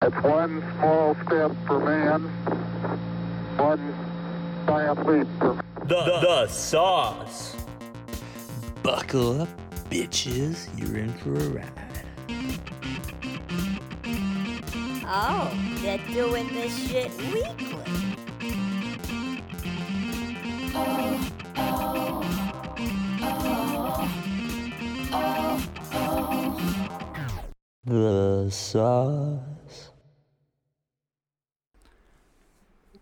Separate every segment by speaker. Speaker 1: That's one small step for man, one giant leap for man.
Speaker 2: The, the sauce.
Speaker 3: Buckle up, bitches. You're in for a ride.
Speaker 4: Oh, they're doing this shit weekly.
Speaker 3: The sauce.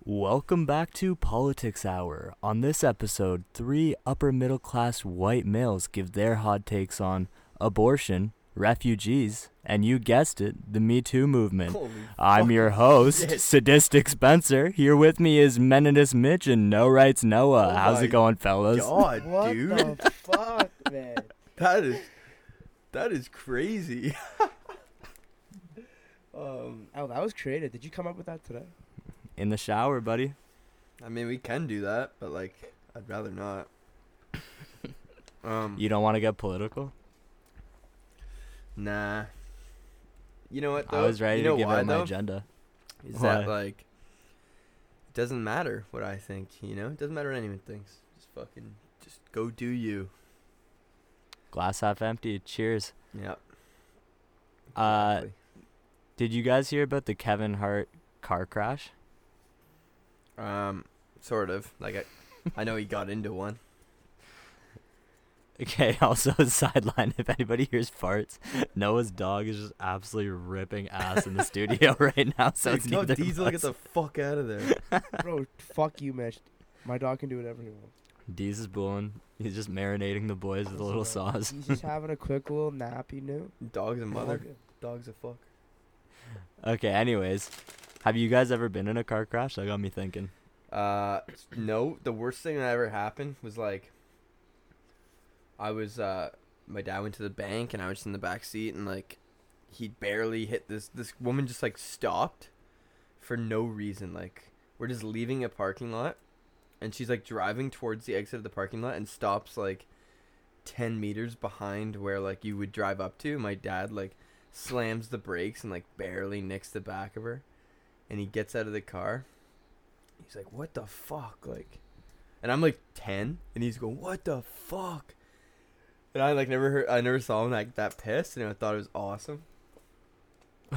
Speaker 2: Welcome back to Politics Hour. On this episode, three upper middle class white males give their hot takes on abortion, refugees, and you guessed it, the Me Too movement. I'm your host, Sadistic Spencer. Here with me is Meninus Mitch and No Rights Noah.
Speaker 5: Oh
Speaker 2: How's
Speaker 5: my
Speaker 2: it going, fellas?
Speaker 5: God,
Speaker 6: What
Speaker 5: dude,
Speaker 6: the fuck, man?
Speaker 5: that is that is crazy.
Speaker 6: Um, oh, that was creative. Did you come up with that today?
Speaker 2: In the shower, buddy.
Speaker 5: I mean, we can do that, but like, I'd rather not. Um,
Speaker 2: You don't want to get political?
Speaker 5: nah. You know what?
Speaker 2: I
Speaker 5: Though?
Speaker 2: was ready
Speaker 5: you know
Speaker 2: to give
Speaker 5: why,
Speaker 2: out my
Speaker 5: though?
Speaker 2: agenda.
Speaker 5: Is
Speaker 2: Why?
Speaker 5: that like? It doesn't matter what I think. You know, it doesn't matter what anyone thinks. Just fucking, just go do you.
Speaker 2: Glass half empty. Cheers.
Speaker 5: Yep.
Speaker 2: Uh,
Speaker 5: exactly.
Speaker 2: Did you guys hear about the Kevin Hart car crash? Uh,
Speaker 5: Um, sort of. Like I, I know he got into one.
Speaker 2: Okay, also sideline if anybody hears farts, Noah's dog is just absolutely ripping ass in the studio right now, so
Speaker 5: Dude,
Speaker 2: it's
Speaker 5: tell
Speaker 2: neither of
Speaker 5: Diesel to get
Speaker 2: us.
Speaker 5: the fuck out of there.
Speaker 6: Bro, fuck you, Mesh. My dog can do whatever he wants.
Speaker 2: Deez is booing. He's just marinating the boys with a little sauce.
Speaker 6: He's just having a quick little nap, you know?
Speaker 5: Dog's a mother.
Speaker 6: Dog.
Speaker 5: Dog's a fuck.
Speaker 2: Okay, anyways. Have you guys ever been in a car crash? That got me thinking.
Speaker 5: Uh, no. The worst thing that ever happened was like, I was uh, my dad went to the bank and I was in the back seat and like, he barely hit this. This woman just like stopped, for no reason. Like we're just leaving a parking lot, and she's like driving towards the exit of the parking lot and stops like, ten meters behind where like you would drive up to. My dad like slams the brakes and like barely nicks the back of her, and he gets out of the car. He's like, "What the fuck?" Like, and I'm like ten, and he's going, "What the fuck?" And I like never heard, I never saw him like that pissed, and I thought it was awesome.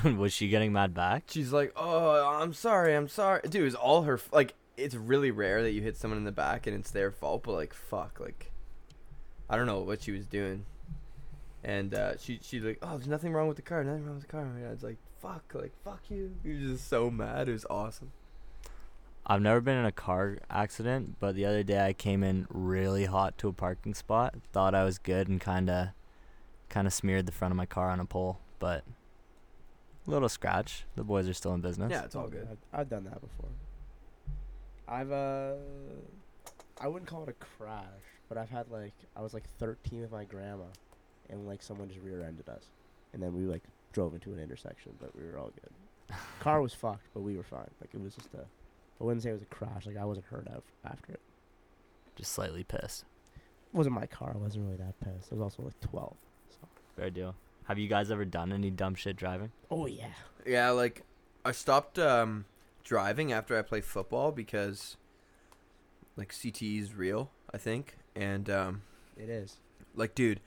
Speaker 2: Was she getting mad back?
Speaker 5: She's like, "Oh, I'm sorry, I'm sorry, dude." It's all her f- like. It's really rare that you hit someone in the back and it's their fault, but like, fuck, like, I don't know what she was doing. And uh, she she like, "Oh, there's nothing wrong with the car, nothing wrong with the car." My dad's like, "Fuck, like, fuck you." He was just so mad. It was awesome.
Speaker 2: I've never been in a car accident, but the other day I came in really hot to a parking spot, thought I was good, and kinda, kinda smeared the front of my car on a pole. But little scratch. The boys are still in business.
Speaker 5: yeah, it's all good.
Speaker 6: I've, I've done that before. I've, uh, I wouldn't call it a crash, but I've had, like, I was, like, 13 with my grandma, and, like, someone just rear-ended us. And then we, like, drove into an intersection, but we were all good. Car was fucked, but we were fine. Like, it was just a, I wouldn't say it was a crash. Like, I wasn't hurt af- after it.
Speaker 2: Just slightly pissed.
Speaker 6: wasn't my car. I wasn't really that pissed. It was also like 12.
Speaker 2: Fair deal. Have you guys ever done any dumb shit driving?
Speaker 6: Oh, yeah.
Speaker 5: Yeah, like I stopped um, driving after I played football because like CTE is real, I think. And um,
Speaker 6: It is.
Speaker 5: like, dude,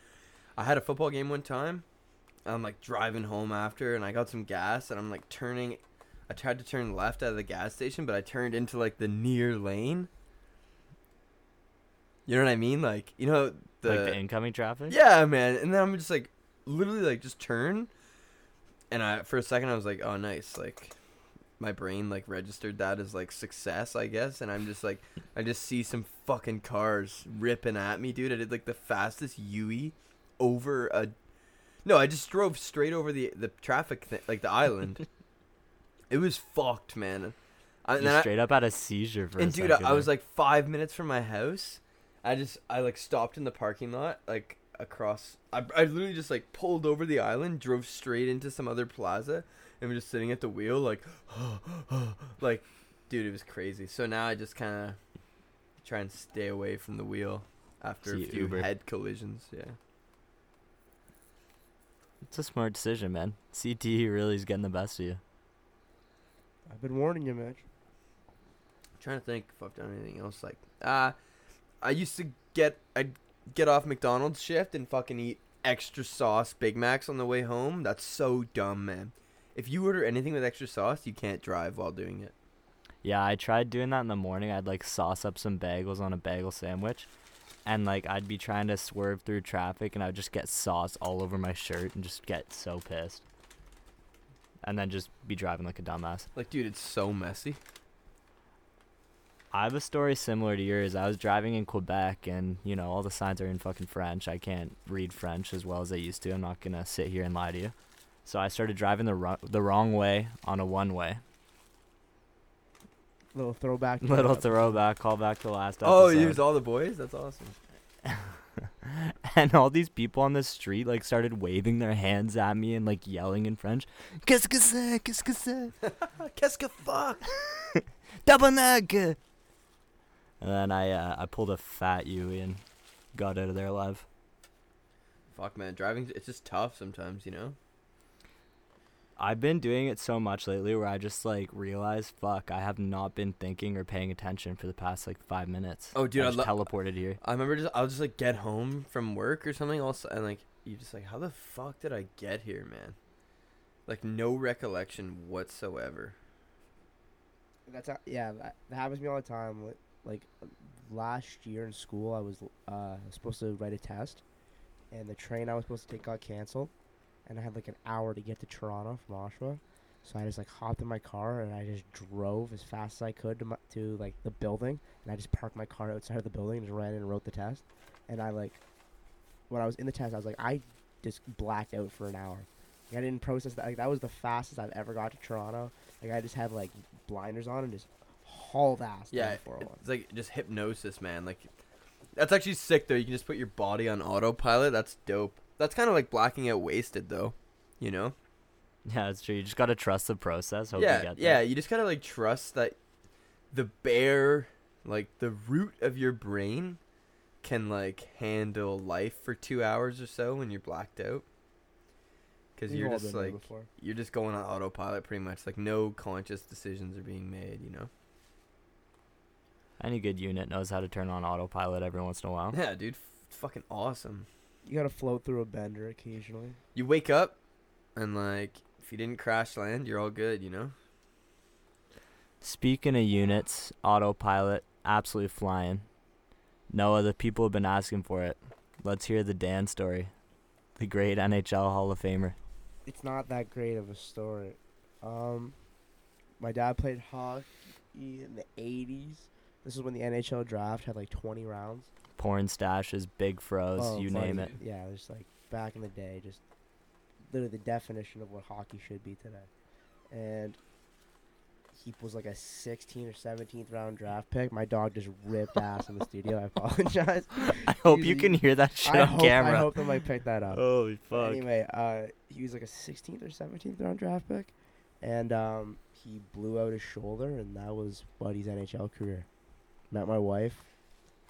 Speaker 5: I had a football game one time. I'm like driving home after, and I got some gas, and I'm like turning. I tried to turn left out of the gas station, but I turned into like the near lane. You know what I mean? Like, you know the,
Speaker 2: like the incoming traffic?
Speaker 5: yeah, man. And then I'm just like, literally, like, just turn. And I, for a second, I was like, oh, nice. Like, my brain, like, registered that as, like, success, I guess. And I'm just like, I just see some fucking cars ripping at me, dude. I did, like, the fastest UE over a. No, I just drove straight over the the traffic, th- like, the island. it was fucked, man. I, and
Speaker 2: You
Speaker 5: then I-
Speaker 2: straight up had a seizure for a
Speaker 5: and dude, I,
Speaker 2: second
Speaker 5: I was
Speaker 2: there.
Speaker 5: like five minutes from my house. I just I like stopped in the parking lot, like across. I, I literally just like pulled over the island, drove straight into some other plaza, and was just sitting at the wheel, like, like, dude, it was crazy. So now I just kind of try and stay away from the wheel after
Speaker 2: So
Speaker 5: a
Speaker 2: you
Speaker 5: few
Speaker 2: Uber.
Speaker 5: head collisions. Yeah,
Speaker 2: E it's a smart decision, man. CTE really is getting the best of you.
Speaker 6: I've been warning you, Mitch.
Speaker 5: trying to think if I've done anything else. Like, uh, I used to get I'd get off McDonald's shift and fucking eat extra sauce Big Macs on the way home. That's so dumb, man. If you order anything with extra sauce, you can't drive while doing it.
Speaker 2: Yeah, I tried doing that in the morning. I'd like sauce up some bagels on a bagel sandwich. And like I'd be trying to swerve through traffic and I'd just get sauce all over my shirt and just get so pissed. And then just be driving like a dumbass.
Speaker 5: Like, dude, it's so messy.
Speaker 2: I have a story similar to yours. I was driving in Quebec and, you know, all the signs are in fucking French. I can't read French as well as I used to. I'm not going to sit here and lie to you. So I started driving the, ru- the wrong way on a one way.
Speaker 6: Little throwback. to
Speaker 2: Little
Speaker 6: that.
Speaker 2: throwback, call back to last episode.
Speaker 5: Oh, you was all the boys. That's awesome.
Speaker 2: and all these people on the street like started waving their hands at me and like yelling in French, "Qu'est-ce que c'est? Qu'est-ce que c'est?
Speaker 5: Qu'est-ce que fuck?
Speaker 2: Tabarnak!" And then I uh, I pulled a fat U and got out of there alive.
Speaker 5: Fuck, man, driving it's just tough sometimes, you know.
Speaker 2: I've been doing it so much lately where I just like realize, fuck, I have not been thinking or paying attention for the past like five minutes.
Speaker 5: Oh, dude,
Speaker 2: I
Speaker 5: I
Speaker 2: just
Speaker 5: lo-
Speaker 2: teleported here.
Speaker 5: I remember just I'll just like get home from work or something else, and like you just like how the fuck did I get here, man? Like no recollection whatsoever.
Speaker 6: That's a- yeah. That, that happens to me all the time. Li- Like last year in school, I was uh, supposed to write a test, and the train I was supposed to take got canceled, and I had like an hour to get to Toronto from Oshawa, so I just like hopped in my car and I just drove as fast as I could to my, to like the building, and I just parked my car outside of the building and just ran in and wrote the test, and I like when I was in the test, I was like I just blacked out for an hour. Like, I didn't process that. Like that was the fastest I've ever got to Toronto. Like I just had like blinders on and just hauled ass.
Speaker 5: Yeah,
Speaker 6: down 401.
Speaker 5: it's like just hypnosis, man. Like that's actually sick though. You can just put your body on autopilot. That's dope. That's kind of like blacking out wasted though, you know?
Speaker 2: Yeah, that's true. You just gotta trust the process. Hope
Speaker 5: yeah,
Speaker 2: you get
Speaker 5: yeah.
Speaker 2: there.
Speaker 5: You just gotta like trust that the bare, like the root of your brain, can like handle life for two hours or so when you're blacked out. Because
Speaker 6: We've
Speaker 5: you're
Speaker 6: all
Speaker 5: just
Speaker 6: been there
Speaker 5: like
Speaker 6: before.
Speaker 5: you're just going on autopilot pretty much. Like no conscious decisions are being made. You know.
Speaker 2: Any good unit knows how to turn on autopilot every once in a while.
Speaker 5: Yeah, dude. F- fucking awesome.
Speaker 6: you gotta float through a bender occasionally.
Speaker 5: You wake up, and like if you didn't crash land, you're all good. You know.
Speaker 2: Speaking of units, autopilot, absolutely flying. Noah, the people have been asking for it. Let's hear the Dan story. The great NHL Hall of Famer.
Speaker 6: It's not that great of a story. Um, my dad played hockey in the '80s. This is when the NHL draft had like 20 rounds.
Speaker 2: Porn stashes, big froze,
Speaker 6: Oh,
Speaker 2: you
Speaker 6: fuck,
Speaker 2: name
Speaker 6: dude.
Speaker 2: it.
Speaker 6: Yeah, just like back in the day, just literally the definition of what hockey should be today. And he was like a 16 or 17th round draft pick. My dog just ripped ass in the studio. I apologize.
Speaker 2: I hope you
Speaker 6: Usually-
Speaker 2: can hear that shit
Speaker 6: I
Speaker 2: on
Speaker 6: hope,
Speaker 2: camera.
Speaker 6: I hope somebody picked that up.
Speaker 2: Holy
Speaker 6: But
Speaker 2: fuck.
Speaker 6: Anyway, uh, he was like a 16th or 17th round draft pick, and um, he blew out his shoulder, and that was Buddy's NHL career. Met my wife,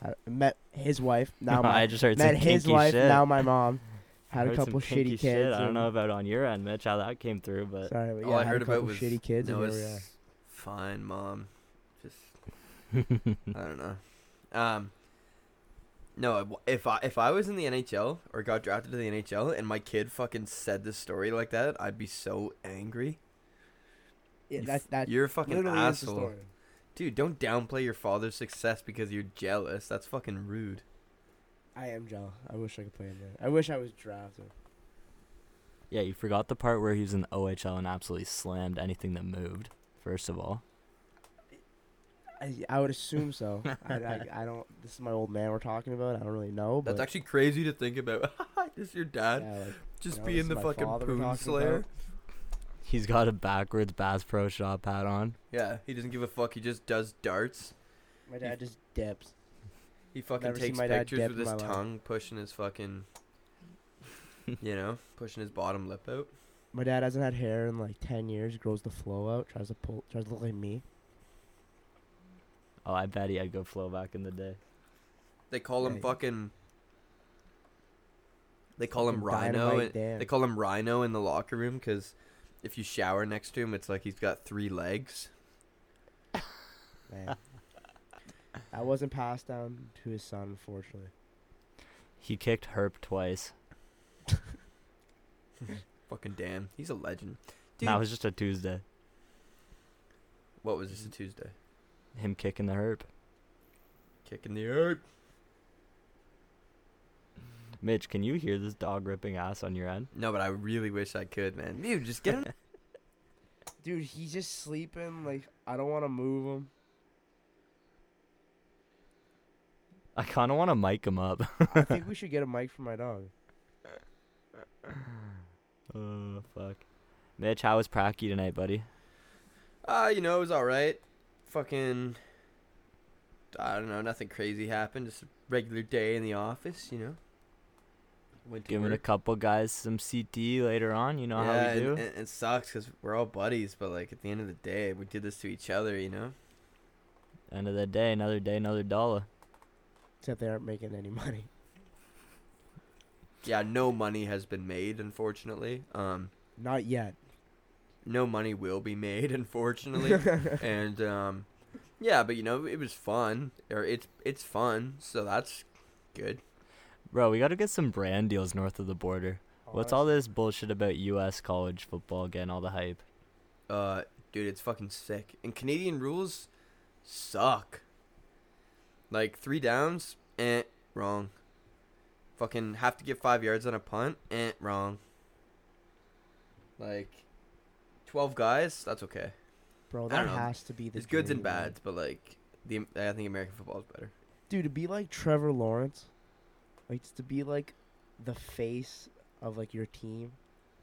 Speaker 6: I met his wife. Now my
Speaker 2: I just heard some
Speaker 6: met his
Speaker 2: kinky
Speaker 6: wife.
Speaker 2: shit.
Speaker 6: Now my mom had a
Speaker 2: Heard some
Speaker 6: couple
Speaker 2: kinky
Speaker 6: shitty kids.
Speaker 2: Shit. I don't
Speaker 6: and-
Speaker 2: know about on your end, Mitch, how that came through, but
Speaker 6: Sorry, but yeah,
Speaker 5: all I
Speaker 6: had
Speaker 5: heard
Speaker 6: a couple
Speaker 5: about was
Speaker 6: shitty kids.
Speaker 5: No,
Speaker 6: and here we are.
Speaker 5: it's fine, mom. Just I don't know. Um, no, if I if I was in the NHL or got drafted to the NHL and my kid fucking said this story like that, I'd be so angry.
Speaker 6: Yeah,
Speaker 5: You
Speaker 6: that
Speaker 5: f-
Speaker 6: that
Speaker 5: you're a fucking
Speaker 6: literally is the
Speaker 5: asshole,
Speaker 6: story.
Speaker 5: dude. Don't downplay your father's success because you're jealous. That's fucking rude.
Speaker 6: I am jealous. I wish I could play in there. I wish I was drafted.
Speaker 2: yeah, you forgot the part where he was in the OHL and absolutely slammed anything that moved, first of all.
Speaker 6: I, I would assume so. I, I, I don't. This is my old man we're talking about. I don't really know, but
Speaker 5: That's actually crazy to think about. Just your dad,
Speaker 6: yeah, like,
Speaker 5: just
Speaker 6: you know, this
Speaker 5: being
Speaker 6: is
Speaker 5: the
Speaker 6: my
Speaker 5: fucking
Speaker 6: father we're talking
Speaker 5: poon
Speaker 6: about.
Speaker 5: slayer.
Speaker 2: He's got a backwards Bass Pro Shop hat on.
Speaker 5: Yeah, he doesn't give a fuck. He just does darts.
Speaker 6: My dad just dips.
Speaker 5: He fucking
Speaker 6: Never seen
Speaker 5: takes
Speaker 6: my dad
Speaker 5: pictures
Speaker 6: dip
Speaker 5: with
Speaker 6: in
Speaker 5: his
Speaker 6: my life.
Speaker 5: tongue, pushing his fucking, you know, pushing his bottom lip out.
Speaker 6: My dad hasn't had hair in like ten years. Grows the flow out. Tries to pull. Tries to look like me.
Speaker 2: Oh, I bet he had good flow back in the day.
Speaker 5: They call him
Speaker 6: Right.
Speaker 5: fucking. They call him
Speaker 6: Fucking
Speaker 5: Rhino.
Speaker 6: Dynamite
Speaker 5: and-
Speaker 6: Dan.
Speaker 5: They call him Rhino in the locker room because if you shower next to him, it's like he's got three legs.
Speaker 6: Man. that wasn't passed down to his son, unfortunately.
Speaker 2: He kicked Herp twice.
Speaker 5: Fucking damn, he's a legend. Dude,
Speaker 2: That was just a Tuesday.
Speaker 5: what was this a Tuesday?
Speaker 2: Him kicking the Herp.
Speaker 5: Kicking the herb.
Speaker 2: Mitch, can you hear this dog ripping ass on your end?
Speaker 5: No, but I really wish I could, man. Dude, just get him.
Speaker 6: Dude, he's just sleeping. Like I don't want to move him.
Speaker 2: I kind of want to mic him up.
Speaker 6: I think we should get a mic for my dog.
Speaker 2: Oh, fuck. Mitch, how was Pracky tonight, buddy?
Speaker 5: Uh, you know, it was all right. Fucking, I don't know, nothing crazy happened. Just a regular day in the office, you know. Went to
Speaker 2: Giving a
Speaker 5: work.
Speaker 2: couple guys some CT later on. You know
Speaker 5: yeah,
Speaker 2: how we do.
Speaker 5: and, and it sucks because we're all buddies, but like at the end of the day, we did this to each other, you know.
Speaker 2: End of the day, another day, another dollar.
Speaker 6: Except they aren't making any money.
Speaker 5: Yeah, no money has been made, unfortunately. Um,
Speaker 6: Not yet.
Speaker 5: no money will be made, unfortunately. and um, yeah, but you know, it was fun, or it's it's fun, so that's good.
Speaker 2: Bro, we got to get some brand deals north of the border. What's all this bullshit about U.S. college football getting all the hype?
Speaker 5: Uh, dude, it's fucking sick. And Canadian rules suck. Like three downs, eh, wrong. Fucking have to get five yards on a punt, eh, wrong. Like, twelve guys, that's okay.
Speaker 6: Bro,
Speaker 5: don't
Speaker 6: that
Speaker 5: know.
Speaker 6: has to be the
Speaker 5: There's goods and
Speaker 6: dream, man.
Speaker 5: bads, but like, the I think American football is better.
Speaker 6: Dude, to be like Trevor Lawrence, like just to be like the face of like your team,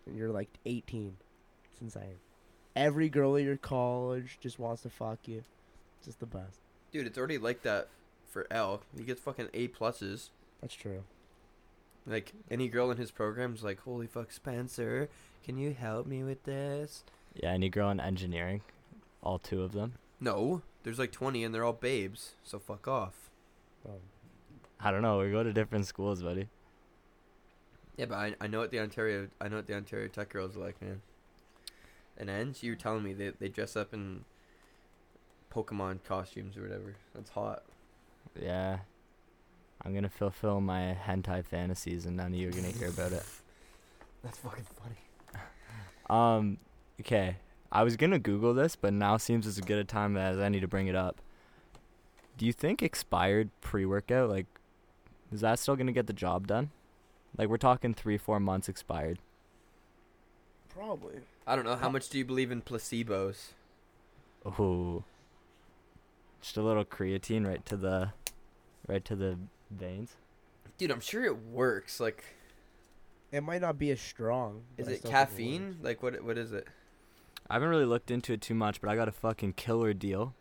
Speaker 6: and you're like 18. It's insane. Every girl at your college just wants to fuck you. Just the best.
Speaker 5: Dude, it's already like that for L. He gets fucking A pluses.
Speaker 6: That's true.
Speaker 5: Like any girl in his program's like, holy fuck, Spencer, can you help me with this?
Speaker 2: Yeah, any girl in engineering, all two of them.
Speaker 5: No, there's like 20 and they're all babes, so fuck off.
Speaker 6: Um,
Speaker 2: I don't know. We go to different schools, buddy.
Speaker 5: Yeah, but I, I know what the Ontario I know what the Ontario Tech girls are like, man. And ends, you were telling me they they dress up in Pokemon costumes or whatever. That's hot.
Speaker 2: Yeah. I'm gonna fulfill my hentai fantasies, and none of you are gonna hear about it.
Speaker 5: That's fucking funny.
Speaker 2: Um, okay. I was gonna Google this, but now seems as good a time as any to bring it up. Do you think expired pre-workout, like, is that still gonna get the job done? Like, we're talking three, four months expired.
Speaker 6: probably.
Speaker 5: I don't know. How much do you believe in placebos?
Speaker 2: Ooh. Just a little creatine right to the, right to the veins.
Speaker 5: Dude, I'm sure it works. Like,
Speaker 6: It might not be as strong. but
Speaker 5: is
Speaker 6: I
Speaker 5: it
Speaker 6: still think works.
Speaker 5: caffeine? Like, what what is it?
Speaker 2: I haven't really looked into it too much, but I got a fucking killer deal.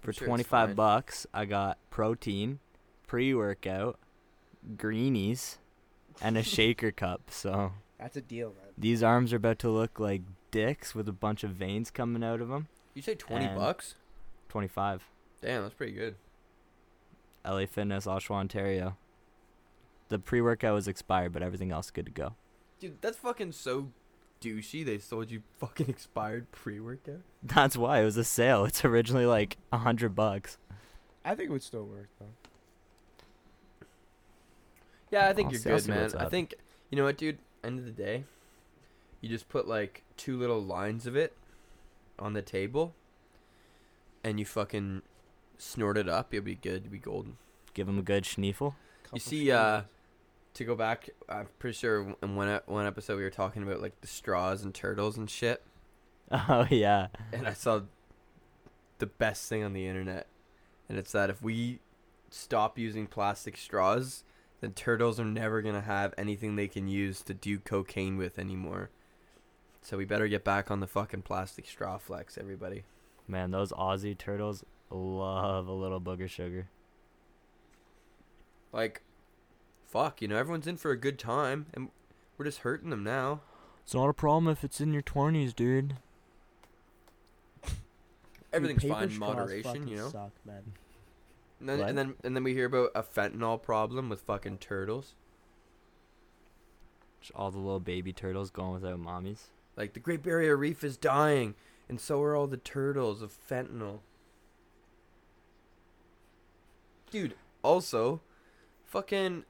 Speaker 2: For
Speaker 5: sure it's
Speaker 2: 25
Speaker 5: fine.
Speaker 2: bucks, I got protein, pre-workout, greenies, and a shaker cup. So,
Speaker 6: That's a deal, man.
Speaker 2: these arms are about to look like dicks with a bunch of veins coming out of them.
Speaker 5: You say 20
Speaker 2: And-
Speaker 5: bucks?
Speaker 2: 25.
Speaker 5: Damn, that's pretty good.
Speaker 2: LA Fitness, Oshawa, Ontario. The pre-workout was expired, but everything else good to go.
Speaker 5: Dude, that's fucking so douchey. They sold you fucking expired pre-workout.
Speaker 2: That's why it was a sale. It's originally like a 100 bucks.
Speaker 6: I think it would still work though.
Speaker 5: Yeah, I think
Speaker 2: I'll
Speaker 5: you're
Speaker 2: see- I'll
Speaker 5: good,
Speaker 2: see
Speaker 5: man.
Speaker 2: what's
Speaker 5: I
Speaker 2: up.
Speaker 5: think you know what, dude. End of the day, you just put like two little lines of it on the table, and you fucking snort it up. You'll be good. You'll be golden.
Speaker 2: Give them a good schneefle.
Speaker 6: Couple
Speaker 5: see, uh,
Speaker 6: straws.
Speaker 5: To go back, I'm pretty sure in one e- one episode we were talking about like the straws and turtles and shit,
Speaker 2: Oh yeah.
Speaker 5: and I saw the best thing on the internet, and it's that if we stop using plastic straws, then turtles are never gonna have anything they can use to do cocaine with anymore. So we better get back on the fucking plastic straw flex, everybody.
Speaker 2: Man, those Aussie turtles love a little booger sugar.
Speaker 5: Like, fuck, you know, everyone's in for a good time, and we're just hurting them now.
Speaker 2: It's not a problem if it's in your 20s, dude.
Speaker 6: Dude,
Speaker 5: Everything's
Speaker 6: paper
Speaker 5: fine, in
Speaker 6: straws
Speaker 5: moderation,
Speaker 6: fucking
Speaker 5: you know.
Speaker 6: Suck, man.
Speaker 5: And then,
Speaker 2: What?
Speaker 5: and then and then we hear about a fentanyl problem with fucking turtles.
Speaker 2: Just all the little baby turtles going without mommies.
Speaker 5: Like the Great Barrier Reef is dying, and so are all the turtles of fentanyl. Dude, also, fucking,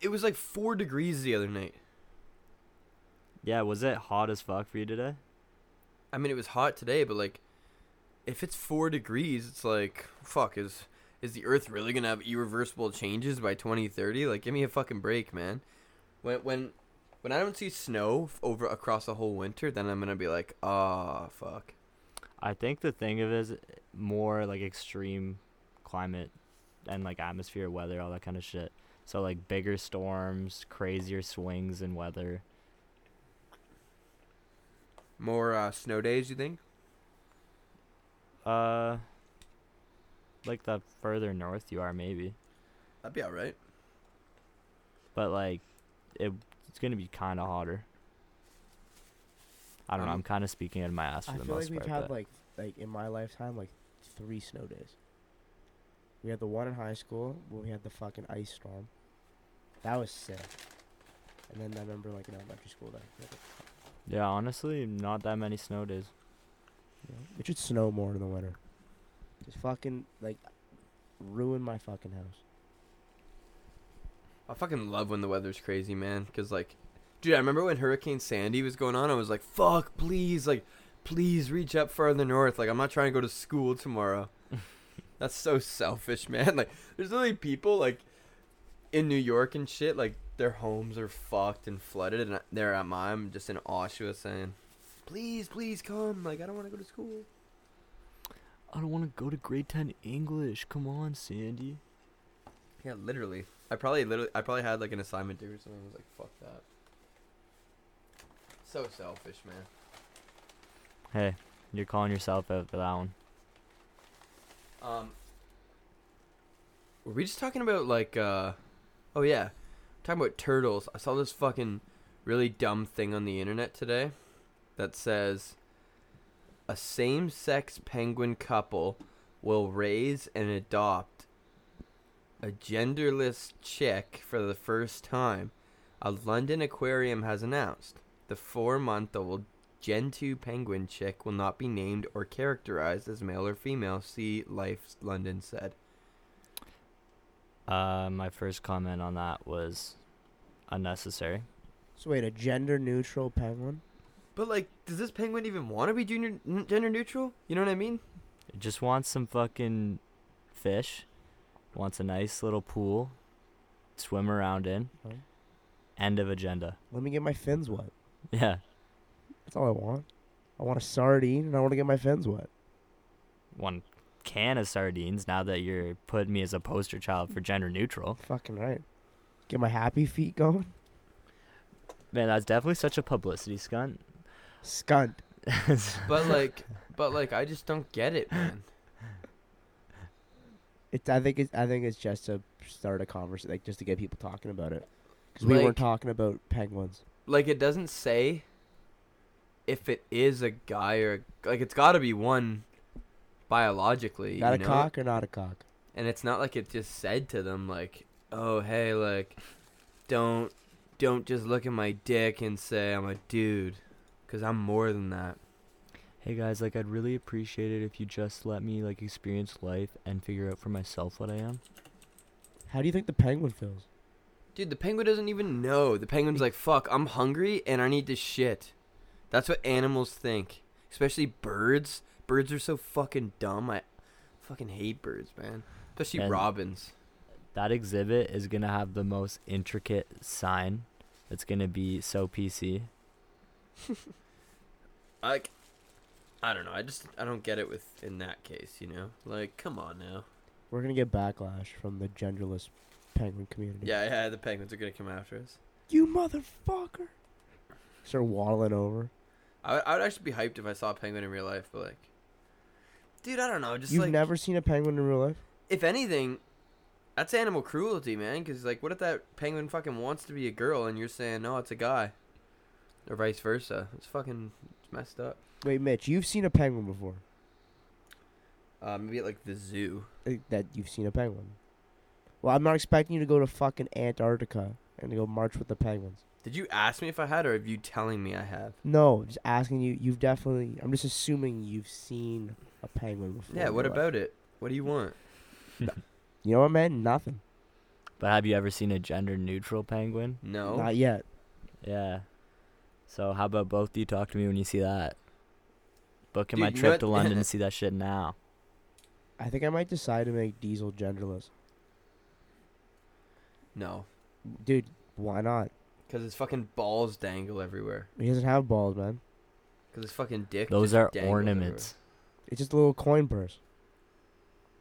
Speaker 5: it was like four degrees the other night.
Speaker 2: Yeah, was it hot as fuck for you today?
Speaker 5: I mean, it was hot today, but like, if it's four degrees, it's like, fuck, is is the Earth really gonna have irreversible changes by 2030? Like, give me a fucking break, man. When when when I don't see snow f- over across the whole winter, then I'm gonna be like, ah, fuck.
Speaker 2: I think the thing of it is more like extreme climate and like atmosphere, weather, all that kind of shit. So like bigger storms, crazier swings in weather.
Speaker 5: More uh, snow days, you think?
Speaker 2: Uh, like the further north you are, maybe.
Speaker 5: That'd be all right.
Speaker 2: But like, it, it's gonna be kind of hotter. I don't know.
Speaker 5: Um,
Speaker 2: I'm kind of speaking out of my ass for
Speaker 6: I
Speaker 2: the
Speaker 6: feel like
Speaker 2: most
Speaker 6: we've
Speaker 2: part.
Speaker 6: had
Speaker 2: but
Speaker 6: like like in my lifetime like three snow days. We had the one in high school where we had the fucking ice storm. That was sick. And then I remember like in elementary school that we had it.
Speaker 2: yeah, honestly, not that many snow days.
Speaker 6: it should snow more in the winter. Just fucking like ruin my fucking house.
Speaker 5: I fucking love when the weather's crazy, man. Cause like, dude, I remember when Hurricane Sandy was going on. I was like, fuck, please, like, please reach up further north. Like, I'm not trying to go to school tomorrow. That's so selfish, man. Like, there's literally people like in New York and shit. Like, their homes are fucked and flooded, and I- they're at mine. I'm just in Oshawa saying, please, please come. Like, I don't want to go to school.
Speaker 2: I don't want to go to grade ten English. Come on, Sandy.
Speaker 5: Yeah, literally. I probably literally I probably had like an assignment due or something. I was like, fuck that. So selfish, man.
Speaker 2: Hey, you're calling yourself out for that one.
Speaker 5: Um, were we just talking about like, uh, oh yeah, talking about turtles? I saw this fucking really dumb thing on the internet today that says a same-sex penguin couple will raise and adopt a genderless chick for the first time. A London aquarium has announced the four-month-old Gen 2 penguin chick will not be named or characterized as male or female, see Life London said.
Speaker 2: Uh, my first comment on that was unnecessary.
Speaker 6: So wait, a gender neutral penguin?
Speaker 5: But, like, does this penguin even want to be junior, n- gender neutral? You know what I mean?
Speaker 2: It just wants some fucking fish. Wants a nice little pool, swim around in.
Speaker 6: Right.
Speaker 2: End of agenda.
Speaker 6: Let me get my fins wet.
Speaker 2: Yeah,
Speaker 6: That's all I want. I want a sardine and I want to get my fins wet.
Speaker 2: one can of sardines. Now that you're putting me as a poster child for gender neutral,
Speaker 6: Fucking right. Get my happy feet going.
Speaker 2: man, that's definitely such a publicity stunt.
Speaker 6: Skunt.
Speaker 5: But, like, but, like, I just don't get it, man.
Speaker 6: It's. I think. It's, I think it's just to start a conversation, like just to get people talking about it, because we
Speaker 5: Like-
Speaker 6: weren't talking about penguins.
Speaker 5: Like, it doesn't say if it is a guy or, like, it's got to be one biologically.
Speaker 6: Not
Speaker 5: you
Speaker 6: a
Speaker 5: know?
Speaker 6: cock or not a cock.
Speaker 5: and it's not like it just said to them like oh hey like don't don't just look at my dick and say i'm a dude because i'm more than that
Speaker 2: hey guys, like I'd really appreciate it if you just let me like experience life and figure out for myself what I am.
Speaker 6: How do you think the penguin feels?
Speaker 5: dude the penguin doesn't even know the penguin's like fuck i'm hungry and i need to shit that's what animals think especially birds birds are so fucking dumb i fucking hate birds man especially
Speaker 2: And-
Speaker 5: robins
Speaker 2: That exhibit is gonna have the most intricate sign. It's gonna be so PC.
Speaker 5: like i don't know i just i don't get it with in that case you know like come on now
Speaker 6: We're gonna get backlash from the genderless penguin community.
Speaker 5: yeah yeah the penguins are gonna come after us
Speaker 6: You motherfucker. Start waddling over.
Speaker 5: I would, I would actually be hyped if I saw a penguin in real life, but like, dude, I don't know. Just
Speaker 6: You've
Speaker 5: like,
Speaker 6: never seen a penguin in real life.
Speaker 5: if anything, that's animal cruelty, man. Because like, what if that penguin fucking wants to be a girl and you're saying no, it's a guy, or vice versa? It's fucking it's messed up.
Speaker 6: Wait, Mitch, you've seen a penguin before.
Speaker 5: Uh, maybe at like the zoo.
Speaker 6: Like, uh, That you've seen a penguin. Well, I'm not expecting you to go to fucking Antarctica and to go march with the penguins.
Speaker 5: Did you ask me if I had, or have you telling me I have?
Speaker 6: No, just asking you. You've definitely. I'm just assuming you've seen a penguin before.
Speaker 5: Yeah.
Speaker 6: in
Speaker 5: What
Speaker 6: your life.
Speaker 5: about it? What do you want?
Speaker 6: You know what, man? Nothing.
Speaker 2: But have you ever seen a gender neutral penguin?
Speaker 5: No.
Speaker 6: Not yet.
Speaker 2: Yeah. So how about both of you talk to me when you see that? Booking my
Speaker 5: Dude, you know
Speaker 2: trip to
Speaker 5: what-
Speaker 2: London to see that shit now.
Speaker 6: I think I might decide to make Diesel genderless.
Speaker 5: No.
Speaker 6: Dude, why not?
Speaker 5: Because his fucking balls dangle everywhere.
Speaker 6: He doesn't have balls, man.
Speaker 5: Because his fucking dick.
Speaker 2: Those
Speaker 5: just
Speaker 2: are
Speaker 5: dangles
Speaker 2: ornaments.
Speaker 6: It's just a little coin purse.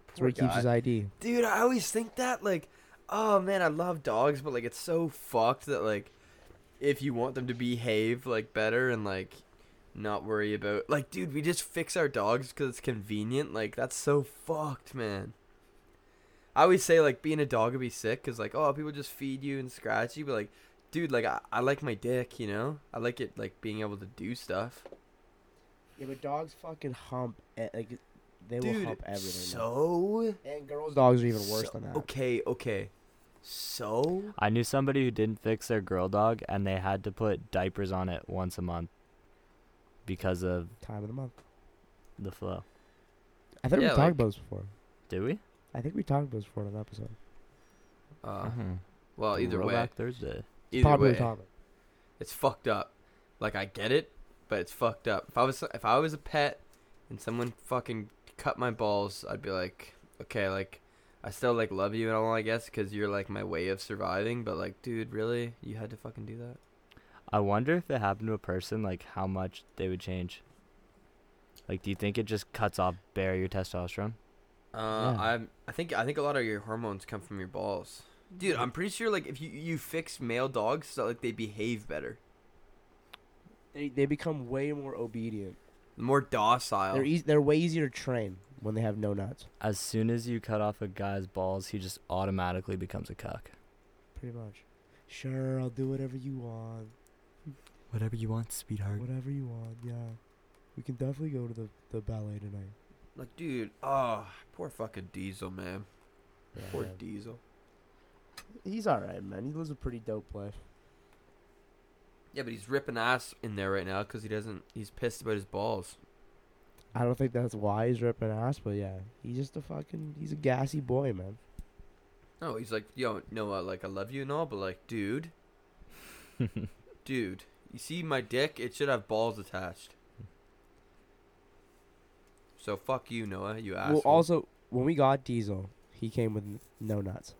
Speaker 6: That's where
Speaker 5: everywhere.
Speaker 6: he keeps his ID.
Speaker 5: Dude, I always think that like, oh man, I love dogs, but like it's so fucked that like, if you want them to behave like better and like, not worry about like, dude, we just fix our dogs because it's convenient. Like that's so fucked, man. I always say like being a dog would be sick because like oh people just feed you and scratch you, but like, dude, like I, I like my dick, you know, I like it like being able to do stuff.
Speaker 6: Yeah, but dogs fucking hump. e- Like, they will
Speaker 5: Dude,
Speaker 6: hump everything. man.
Speaker 5: so
Speaker 6: and girls' dogs are even
Speaker 5: So-
Speaker 6: worse than that.
Speaker 5: Okay, okay. So
Speaker 2: I knew somebody who didn't fix their girl dog and they had to put diapers on it once a month because of
Speaker 6: Time of the month.
Speaker 2: the flow.
Speaker 6: I think we
Speaker 5: Yeah,
Speaker 6: talked
Speaker 5: like-
Speaker 6: about this before.
Speaker 2: Did we?
Speaker 6: I think we talked about this before in an episode.
Speaker 5: uh,
Speaker 6: Uh-huh.
Speaker 2: Mhm.
Speaker 5: well either way.
Speaker 2: Throwback Thursday.
Speaker 5: Either
Speaker 6: Popular
Speaker 5: way.
Speaker 6: topic.
Speaker 5: It's fucked up. Like I get it, but it's fucked up. If I was if I was a pet and someone fucking cut my balls, I'd be like, okay, like I still like love you and all, I guess, because you're like my way of surviving. But like, dude, really, you had to fucking do that?
Speaker 2: I wonder if it happened to a person, like how much they would change. Like, do you think it just cuts off bare your testosterone?
Speaker 5: Uh,
Speaker 6: Yeah.
Speaker 5: I'm. I think. I think a lot of your hormones come from your balls, dude. I'm pretty sure. Like, if you you fix male dogs, so like they behave better,
Speaker 6: They, they become way more obedient.
Speaker 5: more docile.
Speaker 6: They're e- eas they're way easier to train when they have no nuts.
Speaker 2: As soon as you cut off a guy's balls, he just automatically becomes a cuck.
Speaker 6: Pretty much. Sure, I'll do whatever you want.
Speaker 2: Whatever you want, sweetheart.
Speaker 6: Whatever you want, yeah. We can definitely go to the, the ballet tonight.
Speaker 5: like, dude. Oh, poor fucking Diesel, man. Poor
Speaker 6: Yeah.
Speaker 5: Diesel.
Speaker 6: He's alright, man. He lives a pretty dope life.
Speaker 5: Yeah, but he's ripping ass in there right now because he doesn't. He's pissed about his balls.
Speaker 6: I don't think that's why he's ripping ass, but yeah. He's just a fucking he's a gassy boy, man.
Speaker 5: No, he's like, yo, Noah, like I love you and all, but like, dude, dude, you see my dick? It should have balls attached. So fuck you, Noah. You asshole.
Speaker 6: Well also when we got Diesel, he came with n- no nuts.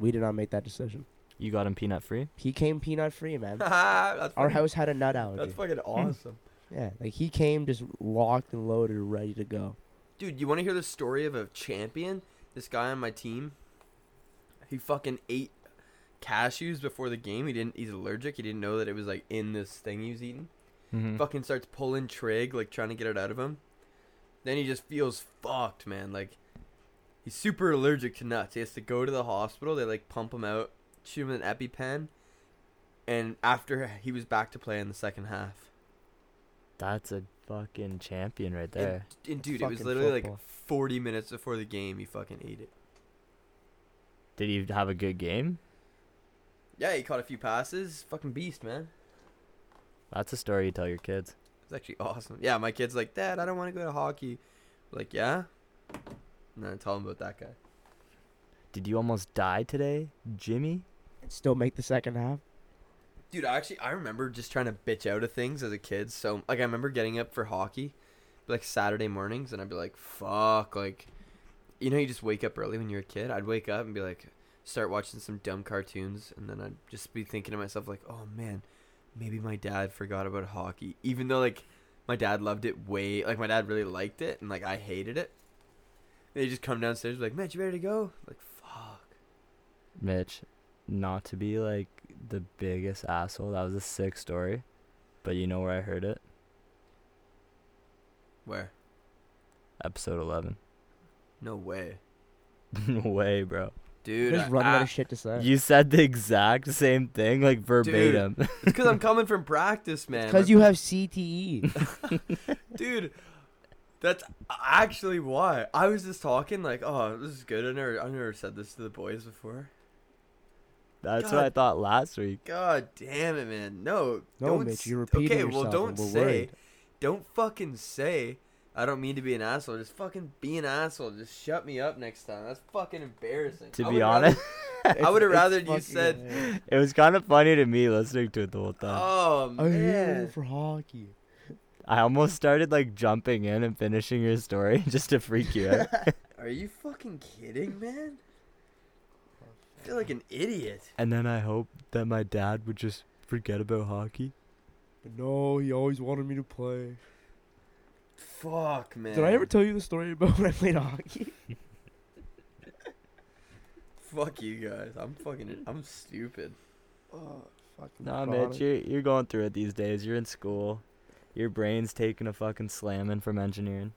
Speaker 6: We did not make that decision.
Speaker 2: you got him peanut free?
Speaker 6: He came peanut free, man.
Speaker 5: that's
Speaker 6: Our
Speaker 5: fucking-
Speaker 6: house had a nut allergy.
Speaker 5: That's fucking awesome,
Speaker 6: Yeah, like he came just locked and loaded, ready to go.
Speaker 5: dude. You want to hear the story of a champion? This guy on my team, he fucking ate cashews before the game. He didn't. He's allergic. He didn't know that it was like in this thing he was eating.
Speaker 6: Mm-hmm.
Speaker 5: fucking starts pulling trig, like trying to get it out of him. Then he just feels fucked, man. Like he's super allergic to nuts. He has to go to the hospital. They like pump him out, shoot him with an EpiPen, and after he was back to play in the second half.
Speaker 2: That's a fucking champion right
Speaker 5: And-
Speaker 2: there.
Speaker 5: And, dude, it was
Speaker 6: Fucking
Speaker 5: literally
Speaker 6: football.
Speaker 5: like 40 minutes before the game. He fucking ate it.
Speaker 2: Did he have a good game?
Speaker 5: Yeah, he caught a few passes. Fucking beast, man.
Speaker 2: That's a story you tell your kids.
Speaker 5: It's actually awesome. Yeah, my kid's like, Dad, I don't want to go to hockey. like, yeah. And then I tell him about that guy.
Speaker 2: Did you almost die today, Jimmy?
Speaker 6: And still make the second half.
Speaker 5: Dude, I actually I remember just trying to bitch out of things as a kid. So like I remember getting up for hockey, like Saturday mornings, and I'd be like, "Fuck!" Like, you know, you just wake up early when you're a kid. I'd wake up and be like, start watching some dumb cartoons, and then I'd just be thinking to myself like, "Oh man, maybe my dad forgot about hockey," even though like my dad loved it way, like my dad really liked it, and like I hated it. They just come downstairs and be like, "Man, you ready to go?" Like, fuck.
Speaker 2: Mitch, not to be like the biggest asshole. That was a sick story. But you know where I heard it?
Speaker 5: Where?
Speaker 2: Episode 11.
Speaker 5: No way,
Speaker 2: No Way, bro.
Speaker 5: dude.
Speaker 6: just
Speaker 5: I-
Speaker 6: running out
Speaker 5: I-
Speaker 6: of shit to say.
Speaker 2: You said the exact same thing, like verbatim.
Speaker 5: It's because I'm coming from practice, man.
Speaker 6: Because you have E. CTE.
Speaker 5: dude. That's actually why I was just talking like, oh, this is good. I never, I never said this to the boys before.
Speaker 2: That's what
Speaker 5: God.
Speaker 2: I thought last week.
Speaker 5: God damn it, man. No,
Speaker 6: No,
Speaker 5: don't
Speaker 6: Mitch,
Speaker 5: s-
Speaker 6: you're repeating
Speaker 5: Okay,
Speaker 6: yourself
Speaker 5: well,
Speaker 6: and
Speaker 5: don't
Speaker 6: we're
Speaker 5: say,
Speaker 6: worried.
Speaker 5: don't fucking say. I don't mean to be an asshole. Just fucking be an asshole. Just shut me up next time. That's fucking embarrassing.
Speaker 2: To
Speaker 5: I
Speaker 2: be
Speaker 5: would rather-
Speaker 2: honest,
Speaker 5: I would have
Speaker 6: It's- it's
Speaker 5: rather you
Speaker 6: fucking
Speaker 5: said,
Speaker 6: hilarious.
Speaker 2: it was kind of funny to me listening to it the whole time.
Speaker 5: "Oh
Speaker 6: I'm here
Speaker 5: man,
Speaker 6: for hockey.
Speaker 2: I almost started like jumping in and finishing your story just to freak you out.
Speaker 5: are you fucking kidding, man?" I feel like an idiot.
Speaker 2: and then I hope that my dad would just forget about hockey.
Speaker 6: But no, he always wanted me to play.
Speaker 5: Fuck, man.
Speaker 6: Did I ever tell you the story about when I played hockey?
Speaker 5: Fuck you guys. I'm fucking. I'm stupid.
Speaker 6: Oh, fucking
Speaker 2: Nah, Mitch,
Speaker 6: chronic.
Speaker 2: you're, you're going through it these days. You're in school. Your brain's taking a fucking slamming from engineering.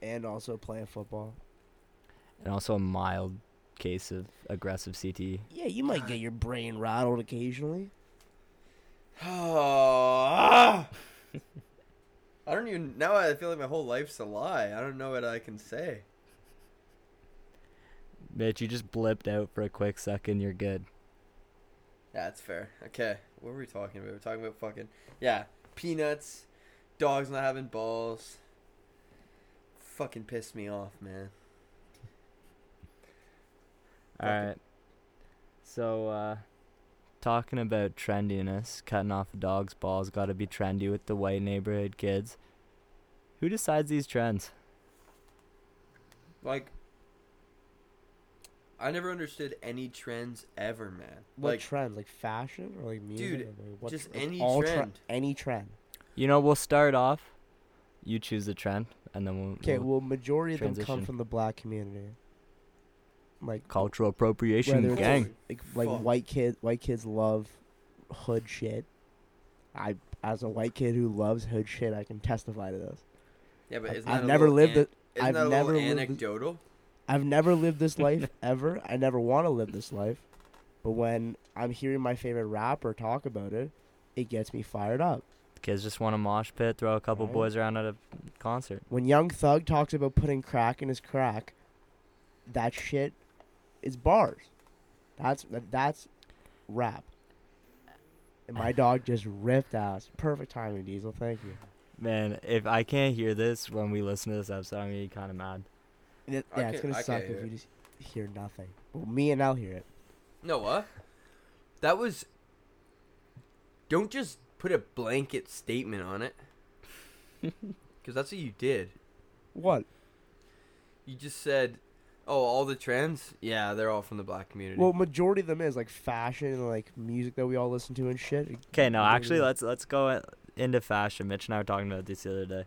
Speaker 6: And also playing football.
Speaker 2: And also a mild case of aggressive CT.
Speaker 6: Yeah, you might get your brain rattled occasionally.
Speaker 5: I don't even now. I feel like my whole life's a lie. I don't know what I can say.
Speaker 2: Mitch, you just blipped out for a quick second. You're good.
Speaker 5: Yeah, that's fair. Okay, what were we talking about? We are talking about fucking yeah, peanuts, dogs not having balls. Fucking pissed me off, man.
Speaker 2: All
Speaker 5: Fucking-
Speaker 2: right. So, uh, talking about trendiness, cutting off a dog's balls got to be trendy with the white neighborhood kids. Who decides these trends?
Speaker 5: Like, I never understood any trends ever, man.
Speaker 6: What
Speaker 5: like,
Speaker 6: trend? Like fashion or like music?
Speaker 5: Dude,
Speaker 6: or like what
Speaker 5: just
Speaker 6: like
Speaker 5: any
Speaker 6: all
Speaker 5: trend.
Speaker 6: any trend.
Speaker 2: You know, we'll start off. You choose a trend, and then we'll.
Speaker 6: Okay,
Speaker 2: we'll-
Speaker 6: well, majority of them
Speaker 2: transition.
Speaker 6: come from the black community. Like
Speaker 2: cultural appropriation,
Speaker 6: Whether it's-
Speaker 2: gang.
Speaker 6: like, like
Speaker 5: Fuck.
Speaker 6: white kid white kids love hood shit. I as a white kid who loves hood shit, I can testify to this.
Speaker 5: yeah, but
Speaker 6: I've-
Speaker 5: isn't
Speaker 6: I've
Speaker 5: that a
Speaker 6: never
Speaker 5: little
Speaker 6: lived
Speaker 5: an-
Speaker 6: it-
Speaker 5: Isn't
Speaker 6: I've
Speaker 5: that a
Speaker 6: never
Speaker 5: little
Speaker 6: lived it-
Speaker 5: anecdotal?
Speaker 6: I've never lived this life ever. I never want to live this life. But when I'm hearing my favorite rapper talk about it, it gets me fired up.
Speaker 2: Kids just want a mosh pit, throw a couple
Speaker 6: Right.
Speaker 2: boys around at a concert.
Speaker 6: When Young Thug talks about putting crack in his crack, that shit is bars. That's that- that's rap. And my dog just ripped ass. Perfect timing, Diesel. Thank you.
Speaker 2: Man, if I can't hear this when we listen to this episode, I'm gonna be kind of mad.
Speaker 6: And it-
Speaker 5: I
Speaker 6: yeah, it's
Speaker 5: can't-
Speaker 6: gonna
Speaker 5: I
Speaker 6: suck
Speaker 5: can't
Speaker 6: if
Speaker 5: hear
Speaker 6: you just hear nothing. Well, me and I'll hear it.
Speaker 5: No, what? That was. Don't just put a blanket statement on it. Because that's what you did.
Speaker 6: What?
Speaker 5: You just said, oh, all the trends? Yeah, they're all from the black community.
Speaker 6: Well, majority of them is like fashion and like music that we all listen to and shit.
Speaker 2: Okay, now actually,
Speaker 6: Majority-
Speaker 2: let's let's go in- into fashion. Mitch and I were talking about this the other day.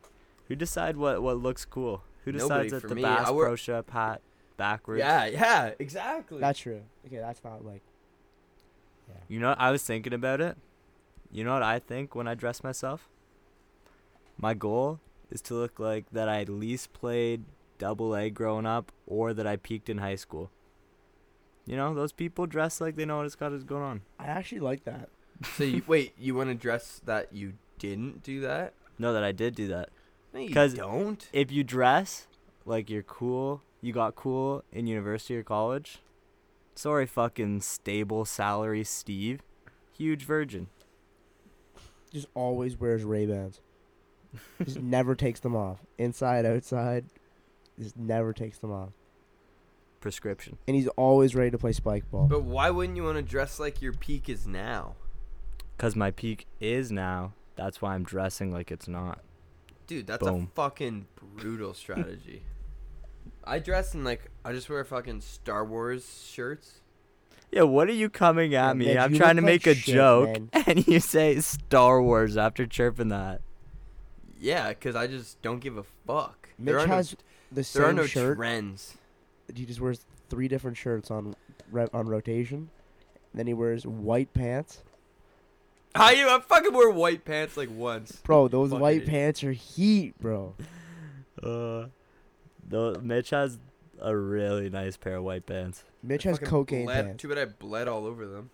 Speaker 2: Who decide what what looks cool? Who
Speaker 5: Nobody
Speaker 2: decides that
Speaker 5: for
Speaker 2: the
Speaker 5: me.
Speaker 2: Bass
Speaker 5: I wear-
Speaker 2: Pro Shop hat backwards?
Speaker 5: yeah, yeah, exactly.
Speaker 6: That's true. Okay, that's not like.
Speaker 2: You know, what? I was thinking about it. You know what I think when I dress myself? My goal is to look like that I at least played double A growing up or that I peaked in high school. You know, those people dress like they know what it's got is going on.
Speaker 6: I actually like that.
Speaker 5: so, you, wait, you want to dress that you didn't do that?
Speaker 2: Know that I did do that.
Speaker 5: No, you
Speaker 2: 'Cause-
Speaker 5: don't.
Speaker 2: If you dress like you're cool, you got cool in university or college. Sorry, fucking stable salary Steve. Huge virgin.
Speaker 6: Just always wears Ray Bans. Just never takes them off. Inside, outside, just never takes them off.
Speaker 2: Prescription.
Speaker 6: And he's always ready to play spike ball.
Speaker 5: But why wouldn't you want to dress like your peak is now?
Speaker 2: Because my peak is now. That's why I'm dressing like it's not.
Speaker 5: Dude, that's
Speaker 2: Boom.
Speaker 5: a fucking brutal strategy. I dress in like, I just wear fucking Star Wars shirts.
Speaker 2: Yeah, what are you coming
Speaker 6: Yeah,
Speaker 2: at me?
Speaker 6: Mitch,
Speaker 2: I'm
Speaker 6: you
Speaker 2: trying to
Speaker 6: look
Speaker 2: make
Speaker 6: like
Speaker 2: a
Speaker 6: shit,
Speaker 2: joke,
Speaker 6: man.
Speaker 2: and you say Star Wars after chirping that.
Speaker 5: Yeah, because I just don't give a fuck. there
Speaker 6: Mitch
Speaker 5: are no,
Speaker 6: has the
Speaker 5: there are
Speaker 6: same
Speaker 5: no
Speaker 6: shirt.
Speaker 5: trends.
Speaker 6: he just wears three different shirts on re- on rotation. Then he wears white pants.
Speaker 5: I, I fucking wore white pants like once.
Speaker 6: Bro, those
Speaker 5: Fucking
Speaker 6: white
Speaker 5: idiot.
Speaker 6: pants are heat, bro.
Speaker 2: Uh, though Mitch has a really nice pair of white pants,
Speaker 6: Mitch
Speaker 5: I
Speaker 6: has
Speaker 5: fucking
Speaker 6: cocaine
Speaker 5: bled-
Speaker 6: pants.
Speaker 5: Too bad I bled all over them.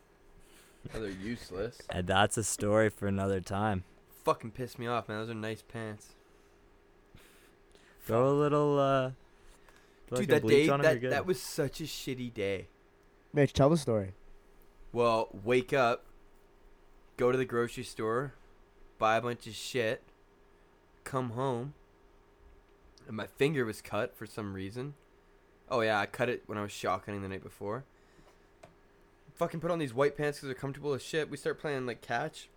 Speaker 5: Oh, they're useless.
Speaker 2: and that's a story for another time.
Speaker 5: fucking pissed me off, man. Those are nice pants.
Speaker 2: Throw a little uh, fucking
Speaker 5: Dude, that
Speaker 2: bleach
Speaker 5: day,
Speaker 2: on 'em, you're
Speaker 5: that,
Speaker 2: good.
Speaker 5: that was such a shitty day.
Speaker 6: Mitch, tell the story.
Speaker 5: Well, wake up, go to the grocery store, buy a bunch of shit, come home, and my finger was cut for some reason. Oh yeah, I cut it when I was shotgunning the night before. Fucking put on these white pants because they're comfortable as shit. We start playing like catch.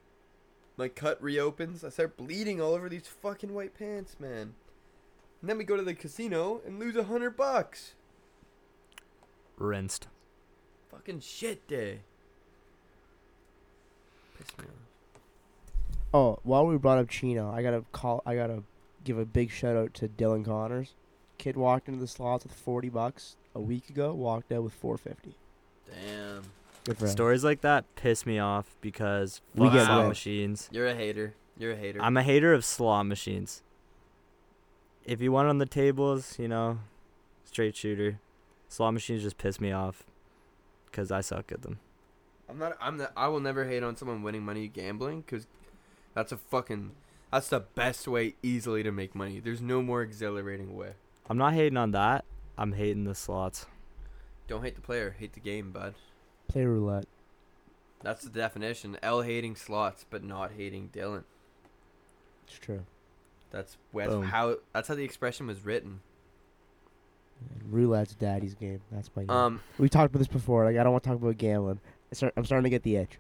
Speaker 5: My cut reopens. I start bleeding all over these fucking white pants, man. And then we go to the casino and lose a hundred bucks.
Speaker 2: Rinsed.
Speaker 5: Fucking shit day. Pissed me off.
Speaker 6: Oh, while we brought up Chino, I gotta call. I gotta give a big shout out to Dylan Connors. Kid walked into the slots with forty bucks a week ago. Walked out with four fifty.
Speaker 5: Damn.
Speaker 6: Good for him.
Speaker 2: Stories like that piss me off because
Speaker 6: We
Speaker 2: fuck
Speaker 5: get
Speaker 2: slot
Speaker 5: lit.
Speaker 2: machines.
Speaker 5: You're a hater. You're a hater.
Speaker 2: I'm a hater of slot machines. If you want on the tables, you know, straight shooter. Slot machines just piss me off because I suck at them.
Speaker 5: I'm not. I'm not. I will never hate on someone winning money gambling because that's a fucking. That's the best way easily to make money. There's no more exhilarating way.
Speaker 2: I'm not hating on that. I'm hating the slots.
Speaker 5: Don't hate the player, hate the game, bud.
Speaker 6: Play roulette.
Speaker 5: That's the definition. L hating slots, but not hating Dylan.
Speaker 6: It's true.
Speaker 5: That's that's
Speaker 2: Boom.
Speaker 5: how. That's how the expression was written.
Speaker 6: Roulette's daddy's game. That's
Speaker 2: Mm-hmm.
Speaker 6: my. Game.
Speaker 5: Um,
Speaker 6: we talked about this before. Like I don't want to talk about gambling. I start, I'm starting to get the itch.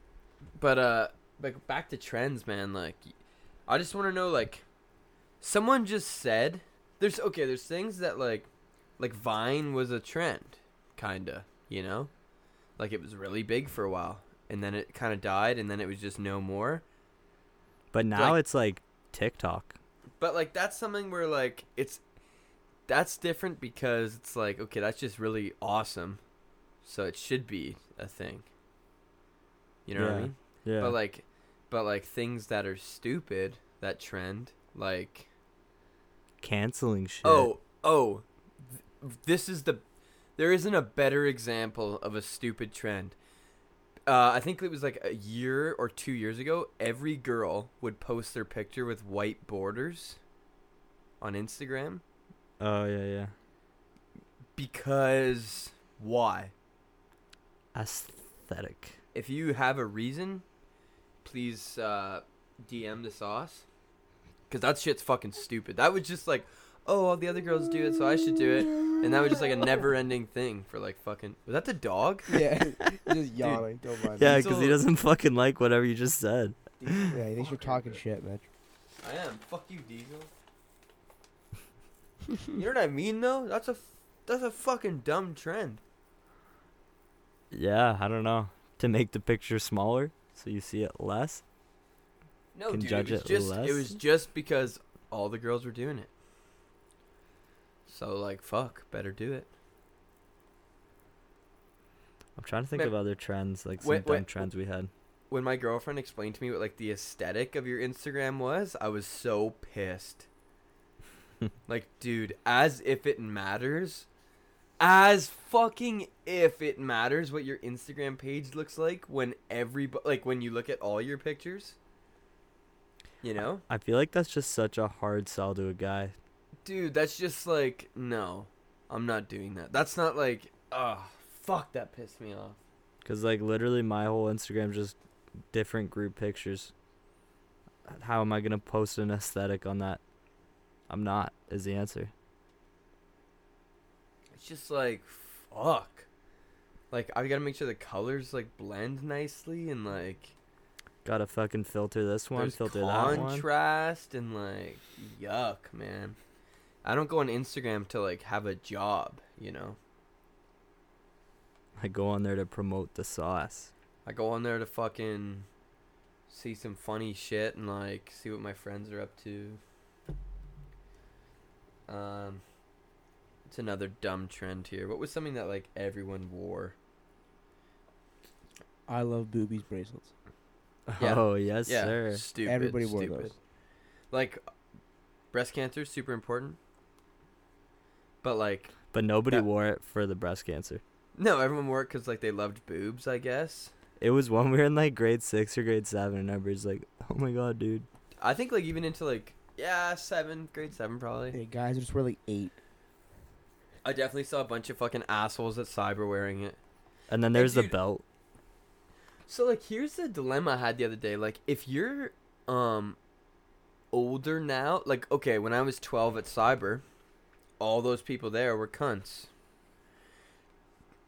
Speaker 5: But uh, like back to trends, man. Like, I just want to know, like, someone just said there's okay. There's things that like, like Vine was a trend, kinda. You know, like it was really big for a while, and then it kind of died, and then it was just no more.
Speaker 2: But now
Speaker 5: Like-
Speaker 2: it's like TikTok.
Speaker 5: But like that's something where like it's that's different because it's like okay, that's just really awesome, so it should be a thing. You know what I
Speaker 2: Yeah.
Speaker 5: mean?
Speaker 2: Yeah.
Speaker 5: But like, but like things that are stupid that trend like
Speaker 2: canceling shit.
Speaker 5: oh oh, th- this is the there isn't a better example of a stupid trend. Uh, I think it was like a year or two years ago. Every girl would post their picture with white borders on Instagram
Speaker 2: Oh yeah, yeah.
Speaker 5: because why?
Speaker 2: Aesthetic.
Speaker 5: If you have a reason, please uh, DM the sauce. Because that shit's fucking stupid. That was just like, oh, all the other girls do it, so I should do it. And that was just like a never ending thing for like fucking. Was that the dog?
Speaker 6: Yeah, just yawning. Don't mind.
Speaker 2: Yeah,
Speaker 5: These
Speaker 2: because he
Speaker 5: little-
Speaker 2: doesn't fucking like whatever you just said.
Speaker 6: Yeah, he thinks you're talking shit, Mitch.
Speaker 5: I am. Fuck you, Diesel. you know what I mean, though? That's a, f- that's a fucking dumb trend.
Speaker 2: Yeah, I don't know. To make the picture smaller so you see it less.
Speaker 5: No,
Speaker 2: Can
Speaker 5: dude,
Speaker 2: judge
Speaker 5: it was
Speaker 2: it
Speaker 5: just
Speaker 2: less?
Speaker 5: it was just because all the girls were doing it. So like, fuck, better do it.
Speaker 2: I'm trying to think
Speaker 5: Man.
Speaker 2: of other trends, like some
Speaker 5: Wait,
Speaker 2: dumb
Speaker 5: wait.
Speaker 2: trends we had.
Speaker 5: when my girlfriend explained to me what like the aesthetic of your Instagram was, I was so pissed. like, dude, as if it matters. As fucking if it matters what your Instagram page looks like when everybody like when you look at all your pictures. You know?
Speaker 2: I feel like that's just such a hard sell to a guy.
Speaker 5: Dude, that's just like no. I'm not doing that. That's not like ugh, fuck that pissed me off.
Speaker 2: Cause like literally my whole Instagram's just different group pictures. How am I gonna post an aesthetic on that? I'm not is the answer.
Speaker 5: It's just like fuck. Like I gotta make sure the colors like blend nicely and like
Speaker 2: Gotta fucking filter this one,
Speaker 5: there's
Speaker 2: filter that one.
Speaker 5: contrast and like yuck, man. I don't go on Instagram to like have a job, you know.
Speaker 2: I go on there to promote the sauce.
Speaker 5: I go on there to fucking see some funny shit and like see what my friends are up to. Um, it's another dumb trend here. What was something that like everyone wore?
Speaker 6: I love boobies bracelets.
Speaker 5: Yeah.
Speaker 2: Oh yes, sir.
Speaker 5: stupid.
Speaker 6: Everybody wore
Speaker 5: stupid.
Speaker 6: those.
Speaker 5: Like, breast cancer is super important. But like,
Speaker 2: But nobody
Speaker 5: Yeah.
Speaker 2: wore it for the breast cancer.
Speaker 5: no, everyone wore it because like they loved boobs, I guess.
Speaker 2: It was when we were in like grade six or grade seven, and everybody's like, "Oh my god, dude!"
Speaker 5: I think like even into like yeah seven grade seven probably.
Speaker 6: Hey, guys, I just wear like eight.
Speaker 5: I definitely saw a bunch of fucking assholes at cyber wearing it.
Speaker 2: And then
Speaker 5: Hey,
Speaker 2: there's the
Speaker 5: dude.
Speaker 2: belt.
Speaker 5: So like here's the dilemma I had the other day. Like if you're um older now, like okay, when I was 12 at Cyber, all those people there were cunts.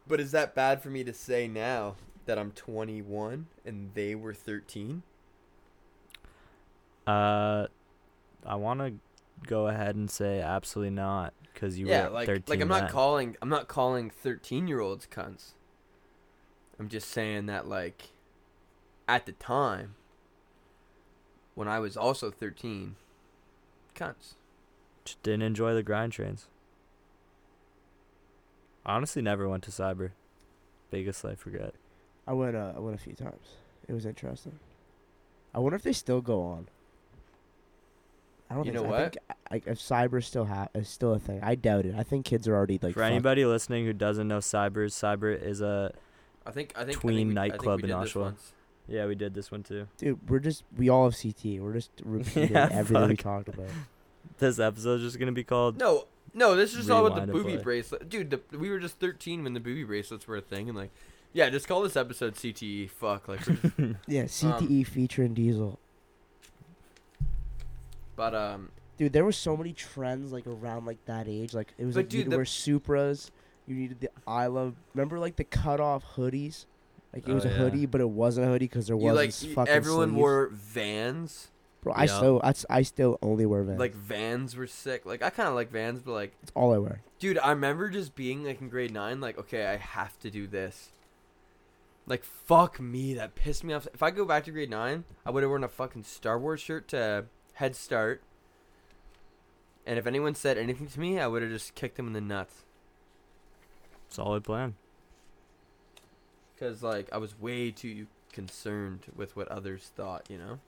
Speaker 5: But is that bad for me to say now that I'm 21 and they were 13?
Speaker 2: Uh, I want to go ahead and say absolutely not because you
Speaker 5: yeah,
Speaker 2: were
Speaker 5: like
Speaker 2: 13
Speaker 5: like I'm not
Speaker 2: then.
Speaker 5: calling I'm not calling 13-year-olds cunts. I'm just saying that like at the time when I was also 13 cunts.
Speaker 2: Just didn't enjoy the grind trains. Honestly, never went to cyber. Biggest life regret.
Speaker 6: I went. Uh, I went a few times. It was interesting. I wonder if they still go on. I don't
Speaker 5: You
Speaker 6: think.
Speaker 5: know
Speaker 6: so. I think like if cyber still ha- is still a thing, I doubt it. I think kids are already like.
Speaker 2: For
Speaker 6: fuck-
Speaker 2: anybody listening who doesn't know cyber, cyber is a
Speaker 5: I think I think I
Speaker 2: Tween
Speaker 5: think we- I
Speaker 2: nightclub
Speaker 5: think we
Speaker 2: in
Speaker 5: did this
Speaker 2: Oshawa.
Speaker 5: once.
Speaker 2: yeah. We did this one too.
Speaker 6: Dude, we're just we all have CT. We're just repeating
Speaker 2: Yeah,
Speaker 6: everything we
Speaker 2: fuck.
Speaker 6: talked about.
Speaker 2: This episode's just gonna be called.
Speaker 5: No, no, this is just all about
Speaker 2: Rewind
Speaker 5: the
Speaker 2: and
Speaker 5: booby
Speaker 2: play.
Speaker 5: bracelet, dude. The, we were just thirteen when the booby bracelets were a thing, and like, yeah, just call this episode CTE. Fuck, like, we're just-
Speaker 6: Yeah,
Speaker 5: Um,
Speaker 6: CTE featuring Diesel.
Speaker 5: but um,
Speaker 6: Dude, there were so many trends like around like that age. Like it was
Speaker 5: But
Speaker 6: like you
Speaker 5: dude,
Speaker 6: needed to
Speaker 5: the-
Speaker 6: wear Supras. You needed the I love. Remember like the cutoff hoodies. Like it
Speaker 2: Oh,
Speaker 6: was a
Speaker 2: yeah.
Speaker 6: hoodie, but it wasn't a hoodie because there
Speaker 5: you
Speaker 6: wasn't
Speaker 5: like
Speaker 6: s-
Speaker 5: you-
Speaker 6: fucking
Speaker 5: everyone
Speaker 6: sleeves.
Speaker 5: wore Vans,
Speaker 6: Bro, I
Speaker 5: Yeah.
Speaker 6: still I, s- I still only wear Vans.
Speaker 5: like Vans were sick. Like I kind of like Vans, but like,
Speaker 6: it's all I wear.
Speaker 5: dude, I remember just being like in grade nine, like, okay, I have to do this. Like fuck me, that pissed me off. If I go back to grade nine, I would have worn a fucking Star Wars shirt to Head Start. And if anyone said anything to me, I would have just kicked them in the nuts.
Speaker 2: Solid plan.
Speaker 5: because like I was way too concerned with what others thought, you know.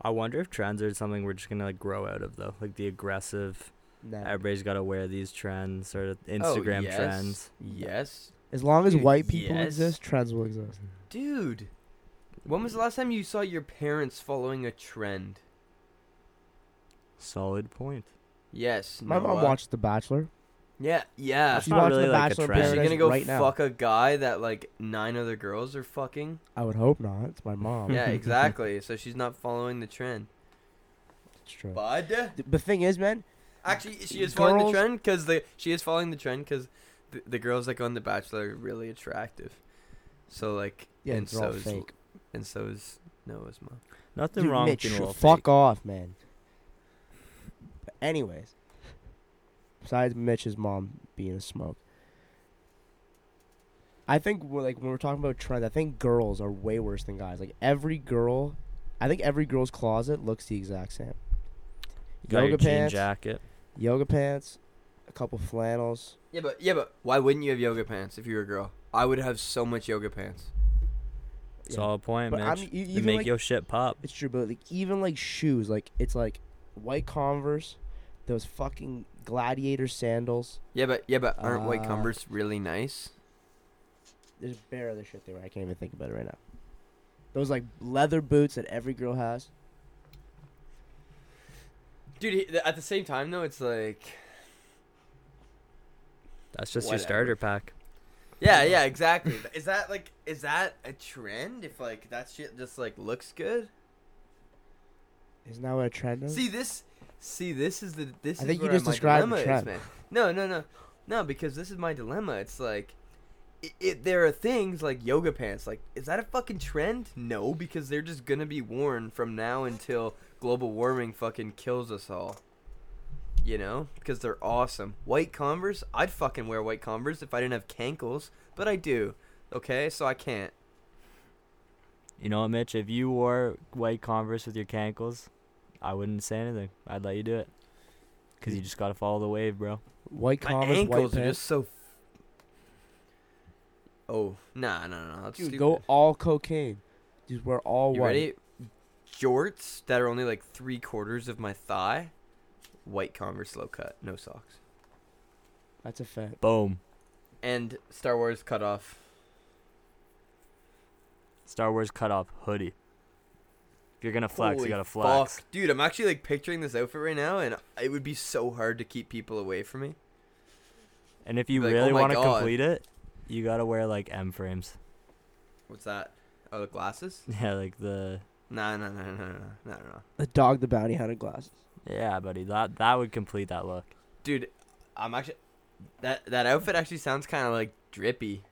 Speaker 2: I wonder if trends are something we're just gonna like grow out of though, like the aggressive.
Speaker 6: Nah.
Speaker 2: Everybody's gotta wear these trends or Instagram
Speaker 5: Oh, yes.
Speaker 2: trends.
Speaker 5: Yes,
Speaker 6: As long as
Speaker 5: Dude,
Speaker 6: white people
Speaker 5: yes.
Speaker 6: exist, trends will exist.
Speaker 5: dude. When was the last time you saw your parents following a trend?
Speaker 2: Solid point.
Speaker 5: Yes,
Speaker 6: My mom
Speaker 5: Noah.
Speaker 6: watched The Bachelor.
Speaker 5: Yeah, yeah.
Speaker 2: That's
Speaker 6: She's
Speaker 2: not
Speaker 6: watching
Speaker 2: really
Speaker 6: The
Speaker 2: like a
Speaker 6: Bachelor in
Speaker 2: trend.
Speaker 5: Is she
Speaker 2: She's
Speaker 6: Paradise
Speaker 5: gonna go
Speaker 6: right now.
Speaker 5: fuck a guy that like nine other girls are fucking?
Speaker 6: I would hope not. It's my mom.
Speaker 5: yeah, exactly. So she's not following the trend.
Speaker 6: it's true.
Speaker 5: Bud,
Speaker 6: Th- The thing is, man,
Speaker 5: actually, she is following the
Speaker 6: Girls-
Speaker 5: trend because the she is following the trend because the, the girls that go on The Bachelor are really attractive. So like,
Speaker 6: yeah,
Speaker 5: and
Speaker 6: they're
Speaker 5: so
Speaker 6: all
Speaker 5: is
Speaker 6: fake.
Speaker 5: and so is Noah's mom.
Speaker 2: Nothing
Speaker 6: Dude,
Speaker 2: wrong
Speaker 6: Mitch,
Speaker 2: with being a little
Speaker 6: fuck
Speaker 2: fake.
Speaker 6: off, man. But anyways, besides Mitch's mom being a smoke, I think we're like when we're talking about trends, I think girls are way worse than guys. Like every girl, I think every girl's closet looks the exact same.
Speaker 2: You got your
Speaker 6: Yoga
Speaker 2: jean
Speaker 6: pants,
Speaker 2: jacket.
Speaker 6: yoga pants, a couple flannels.
Speaker 5: Yeah, but yeah, but why wouldn't you have yoga pants if you were a girl? I would have so much yoga pants.
Speaker 6: Yeah.
Speaker 2: Solid point,
Speaker 6: But I
Speaker 2: Mitch.
Speaker 6: mean, e-
Speaker 2: They
Speaker 6: even,
Speaker 2: make
Speaker 6: like-
Speaker 2: your shit pop.
Speaker 6: It's true, but like even like shoes, like it's like white Converse, those fucking gladiator sandals.
Speaker 5: Yeah, but yeah, but aren't white
Speaker 6: Uh,
Speaker 5: Converse really nice?
Speaker 6: There's bare other shit they wear. I can't even think about it right now. Those like leather boots that every girl has.
Speaker 5: Dude, he- th- at the same time though, it's like
Speaker 2: That's just your
Speaker 5: Whatever.
Speaker 2: starter pack.
Speaker 5: yeah, yeah, exactly. is that like is that a trend? If like that shit just like looks good?
Speaker 6: Isn't that what a trend is?
Speaker 5: See this, see this is the this
Speaker 6: I
Speaker 5: is
Speaker 6: think you
Speaker 5: where
Speaker 6: just
Speaker 5: my
Speaker 6: described the
Speaker 5: dilemma is,
Speaker 6: trend.
Speaker 5: man. No, no, no, no, because this is my dilemma. It's like. It, it, there are things like yoga pants. Like, is that a fucking trend? No, because they're just gonna be worn from now until global warming fucking kills us all. You know, because they're awesome. White Converse, I'd fucking wear white Converse if I didn't have cankles, but I do. Okay, so I can't.
Speaker 2: You know what, Mitch? If you wore white Converse with your cankles, I wouldn't say anything. I'd let you do it. Because you just got to follow the wave, bro.
Speaker 6: white
Speaker 5: My
Speaker 6: Converse, white
Speaker 5: ankles are
Speaker 6: pants.
Speaker 5: just so. F- oh, nah, nah, nah. That's
Speaker 6: Dude,
Speaker 5: stupid.
Speaker 6: go all cocaine. Just wear all
Speaker 5: You
Speaker 6: white.
Speaker 5: ready? Jorts that are only like three quarters of my thigh. White Converse low cut, no socks.
Speaker 6: That's a fact.
Speaker 2: Boom.
Speaker 5: And Star Wars cut off.
Speaker 2: Star Wars cutoff hoodie. If you're going to flex,
Speaker 5: Holy
Speaker 2: you got to flex.
Speaker 5: fuck. Dude, I'm actually like picturing this outfit right now and it would be so hard to keep people away from me.
Speaker 2: And if you
Speaker 5: Like, oh
Speaker 2: really
Speaker 5: my
Speaker 2: want to
Speaker 5: God.
Speaker 2: complete it, you gotta wear like M frames.
Speaker 5: What's that? Oh, the glasses?
Speaker 2: Yeah, like the
Speaker 5: No, no, no, no, no, no, no, no.
Speaker 6: The dog, the bounty hunter glasses.
Speaker 2: yeah, buddy. That that would complete that look.
Speaker 5: Dude, I'm actually that that outfit actually sounds kind of like drippy.